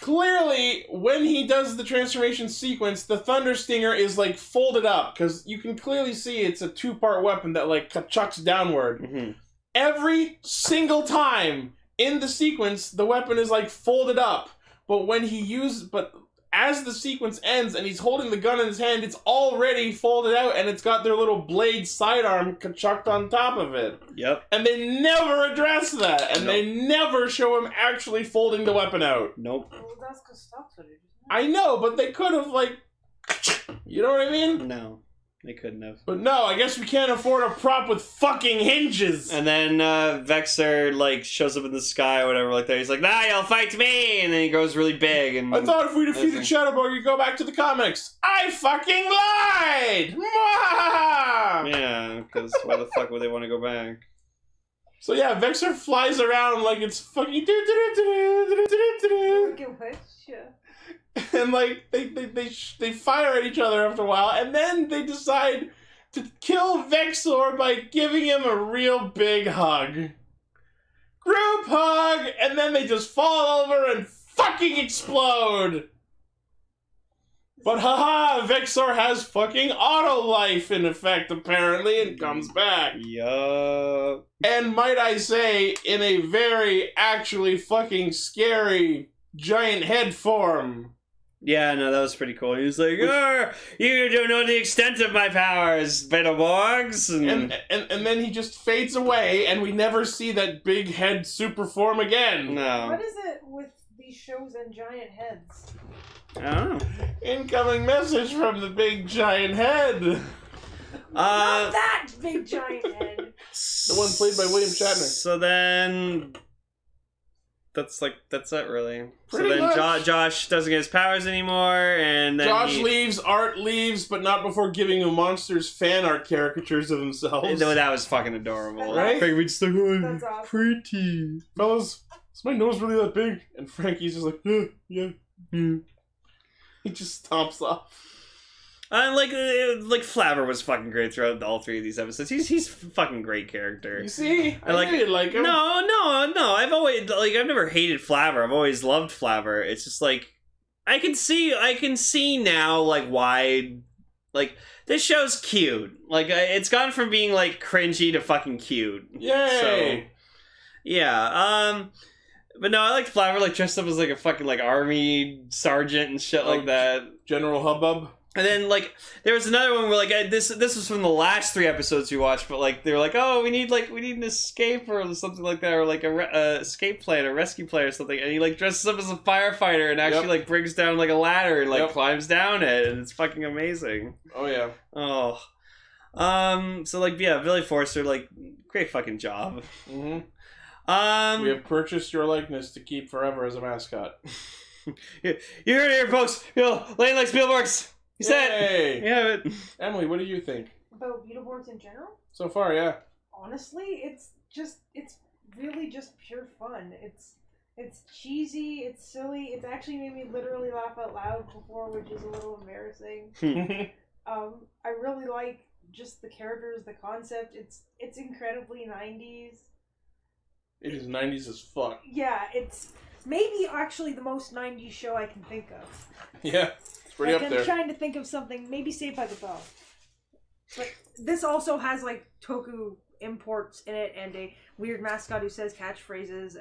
[SPEAKER 1] clearly when he does the transformation sequence the thunder stinger is like folded up because you can clearly see it's a two-part weapon that like chucks downward
[SPEAKER 2] Mhm.
[SPEAKER 1] every single time in the sequence the weapon is like folded up but when he uses but as the sequence ends and he's holding the gun in his hand it's already folded out and it's got their little blade sidearm chucked on top of it
[SPEAKER 2] Yep.
[SPEAKER 1] and they never address that and they never show him actually folding the weapon out
[SPEAKER 2] Nope.
[SPEAKER 3] Well, that's because stock footage. isn't it?
[SPEAKER 1] I know, but they could have like, you know what I mean?
[SPEAKER 2] No, they couldn't have.
[SPEAKER 1] But no, I guess we can't afford a prop with fucking hinges.
[SPEAKER 2] And then uh, Vexer like shows up in the sky or whatever like that. He's like, "Nah, you'll fight me!" And then he grows really big. And
[SPEAKER 1] I thought if we
[SPEAKER 2] Okay.
[SPEAKER 1] defeated Shadowborg, you go back to the comics. I fucking lied. Mwah!
[SPEAKER 2] yeah, because why the fuck would they want to go back?
[SPEAKER 1] So yeah, Vexer flies around like it's fucking
[SPEAKER 3] Look at which. yeah.
[SPEAKER 1] and like they they they, sh- they fire at each other after a while, and then they decide to kill Vexor by giving him a real big hug, group hug, and then they just fall over and fucking explode. But haha, Vexor has fucking auto life in effect apparently, and comes back.
[SPEAKER 2] Yup.
[SPEAKER 1] And might I say, in a very actually fucking scary giant head form.
[SPEAKER 2] Yeah, no, that was pretty cool. He was like, "Arr, "You don't know the extent of my powers, Beetleborgs." And,
[SPEAKER 1] and, and and then he just fades away, and we never see that big head super form again.
[SPEAKER 2] no,
[SPEAKER 3] What is it with these shows and giant heads?
[SPEAKER 2] I don't know.
[SPEAKER 1] Incoming message from the big giant head. The
[SPEAKER 3] Not
[SPEAKER 2] Uh,
[SPEAKER 3] that big giant head.
[SPEAKER 2] the
[SPEAKER 1] one played by William Shatner.
[SPEAKER 2] So then, that's like that's it, really.
[SPEAKER 1] Pretty
[SPEAKER 2] so then,
[SPEAKER 1] much.
[SPEAKER 2] jo- Josh doesn't get his powers anymore, and then
[SPEAKER 1] Josh
[SPEAKER 2] he-
[SPEAKER 1] leaves, Art leaves, but not before giving the monsters fan art caricatures of
[SPEAKER 2] No,
[SPEAKER 1] themselves.
[SPEAKER 2] that was fucking adorable.
[SPEAKER 1] Right?
[SPEAKER 2] Figured we'd still go
[SPEAKER 3] That's awesome.
[SPEAKER 2] pretty.
[SPEAKER 1] Fellas, is my nose really that big? And Frankie's just like, yeah, yeah. yeah."
[SPEAKER 2] Hmm.
[SPEAKER 1] He just stomps off.
[SPEAKER 2] Uh, like, uh, like Flavor was fucking great throughout all three of these episodes. He's he's fucking great character.
[SPEAKER 1] You see, I,
[SPEAKER 2] I like-
[SPEAKER 1] knew you'd like him.
[SPEAKER 2] No, no, no. I've always like I've never hated Flavor. I've always loved Flavor. It's just like I can see I can see now like why like this show's cute. Like I- it's gone from being like cringy to fucking cute.
[SPEAKER 1] Yay!
[SPEAKER 2] Yeah. Um but no, I liked Flower like dressed up as like a fucking like army sergeant and shit
[SPEAKER 1] Oh,
[SPEAKER 2] like that.
[SPEAKER 1] General hubbub.
[SPEAKER 2] And then like there was another one where like I, this this was from the last three episodes we watched, but like they were like, oh, we need like we need an escape or something like that, or like a re- uh, escape plan, a rescue plan or something. And he like dresses up as a firefighter and actually
[SPEAKER 1] Yep.
[SPEAKER 2] like brings down like a ladder and like
[SPEAKER 1] Yep.
[SPEAKER 2] climbs down it, and it's fucking amazing.
[SPEAKER 1] Oh yeah.
[SPEAKER 2] Oh, um, so like yeah, Billy Forster, like great fucking job.
[SPEAKER 1] hmm
[SPEAKER 2] Um,
[SPEAKER 1] we have purchased your likeness to keep forever as a mascot.
[SPEAKER 2] you heard it here, folks. You know, Lane like Spielberg's. He said,
[SPEAKER 1] Yay!
[SPEAKER 2] yeah, but
[SPEAKER 1] Emily, what do you think?
[SPEAKER 3] About Beetle boards in general?
[SPEAKER 1] So far, yeah.
[SPEAKER 3] honestly, it's just it's really just pure fun. It's it's cheesy, it's silly. It's actually made me literally laugh out loud before, which is a little embarrassing. Um, I really like just the characters, the concept. It's it's incredibly nineties.
[SPEAKER 1] It is 90s as fuck.
[SPEAKER 3] Yeah, it's maybe actually the most nineties show I can think of.
[SPEAKER 1] Yeah. It's pretty
[SPEAKER 3] like,
[SPEAKER 1] up
[SPEAKER 3] I'm
[SPEAKER 1] there.
[SPEAKER 3] trying to think of something. Maybe Saved by the Bell. But this also has like Toku imports in it and a weird mascot who says catchphrases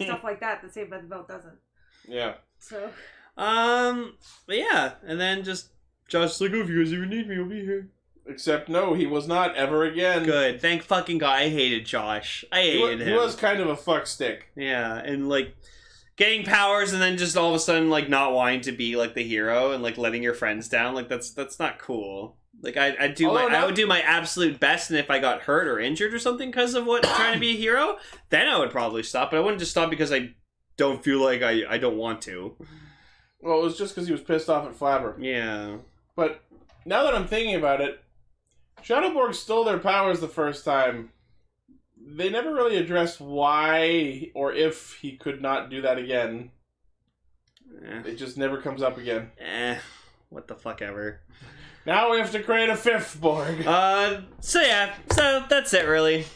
[SPEAKER 3] stuff like that that Saved by the Bell doesn't.
[SPEAKER 1] yeah.
[SPEAKER 3] So
[SPEAKER 2] um, but yeah, and then just Josh's like, oh, if you guys ever need me, I'll be here.
[SPEAKER 1] Except, no, he was not ever again.
[SPEAKER 2] Good. Thank fucking God. I hated Josh. I
[SPEAKER 1] He,
[SPEAKER 2] hated
[SPEAKER 1] wa-
[SPEAKER 2] him.
[SPEAKER 1] he was kind of a fuck stick.
[SPEAKER 2] Yeah, and like getting powers and then just all of a sudden like not wanting to be like the hero and like letting your friends down. Like that's that's not cool. Like I I do my,
[SPEAKER 1] Although
[SPEAKER 2] I
[SPEAKER 1] now-
[SPEAKER 2] would do my absolute best, and if I got hurt or injured or something because of what trying to be a hero, then I would probably stop. But I wouldn't just stop because I don't feel like I I don't want to.
[SPEAKER 1] Well, it was just because he was pissed off at Flabber.
[SPEAKER 2] Yeah.
[SPEAKER 1] But now that I'm thinking about it, Shadowborg stole their powers the first time. They never really addressed why or if he could not do that again.
[SPEAKER 2] Eh.
[SPEAKER 1] It just never comes up again.
[SPEAKER 2] Eh. What the fuck ever.
[SPEAKER 1] Now we have to create a fifth Borg.
[SPEAKER 2] Uh. So yeah. So that's it really.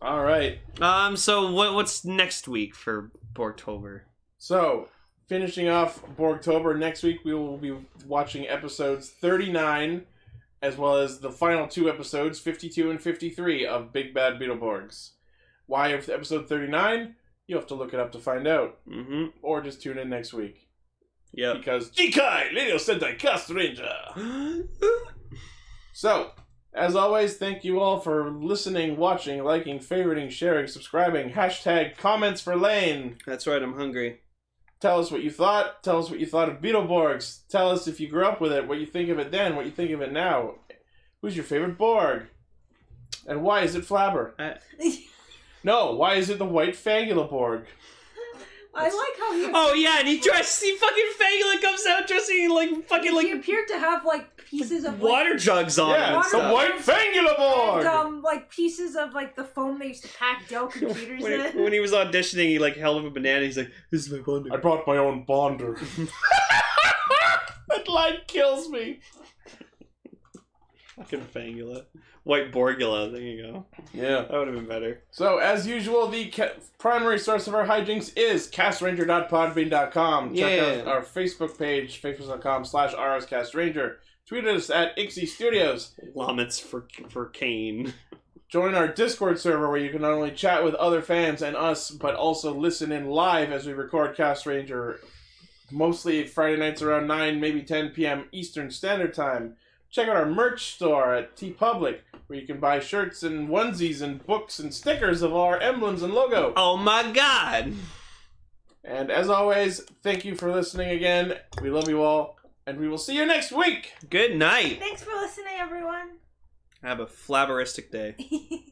[SPEAKER 1] All right.
[SPEAKER 2] Um. So what what's next week for Borgtober?
[SPEAKER 1] So, finishing off Borgtober, next week we will be watching episodes 39 as well as the final two episodes, 52 and 53 of Big Bad Beetleborgs. Why of episode 39? You'll have to look it up to find out
[SPEAKER 2] Mm-hmm.
[SPEAKER 1] or just tune in next week
[SPEAKER 2] Yep.
[SPEAKER 1] because Jikai Little Sentai Cast Ranger. So, as always, thank you all for listening, watching, liking, favoriting, sharing, subscribing. Hashtag comments for Lane.
[SPEAKER 2] That's right, I'm hungry.
[SPEAKER 1] Tell us what you thought. Tell us what you thought of Beetleborgs. Tell us if you grew up with it, what you think of it then, what you think of it now. Who's your favorite Borg? And why is it Flabber? No, why is it the White Fangula Borg?
[SPEAKER 3] I like how he
[SPEAKER 2] Oh yeah, and he dressed he fucking Fangula comes out dressing in, like fucking
[SPEAKER 3] he
[SPEAKER 2] like
[SPEAKER 3] appeared to have like pieces of like,
[SPEAKER 2] water jugs on him
[SPEAKER 1] yeah,
[SPEAKER 2] and
[SPEAKER 1] it's the
[SPEAKER 2] stuff.
[SPEAKER 1] White Fangula Borg!
[SPEAKER 3] and, um like pieces of like the foam they used to pack Dell computers
[SPEAKER 2] When
[SPEAKER 3] in.
[SPEAKER 2] he, when he was auditioning, he like held up a banana. He's like, "This is my bonding."
[SPEAKER 1] I brought my own bonder. that line kills me.
[SPEAKER 2] Fucking Fangula, White Borgula. There you go.
[SPEAKER 1] Yeah.
[SPEAKER 2] That would have been better.
[SPEAKER 1] So, as usual, the ca- primary source of our hijinks is castranger.podbean.com. Check
[SPEAKER 2] Yeah.
[SPEAKER 1] out our Facebook page, facebook.com slash rscastranger. Tweet us at Ixie Studios.
[SPEAKER 2] Lamets for for Kane.
[SPEAKER 1] Join our Discord server where you can not only chat with other fans and us, but also listen in live as we record Cast Ranger, mostly Friday nights around 9, maybe 10 p.m. Eastern Standard Time. Check out our merch store at T Public, where you can buy shirts and onesies and books and stickers of our emblems and logo.
[SPEAKER 2] Oh my God!
[SPEAKER 1] And as always, thank you for listening again. We love you all, and we will see you next week.
[SPEAKER 2] Good night.
[SPEAKER 3] Thanks for listening, everyone.
[SPEAKER 2] Have a flabberistic day.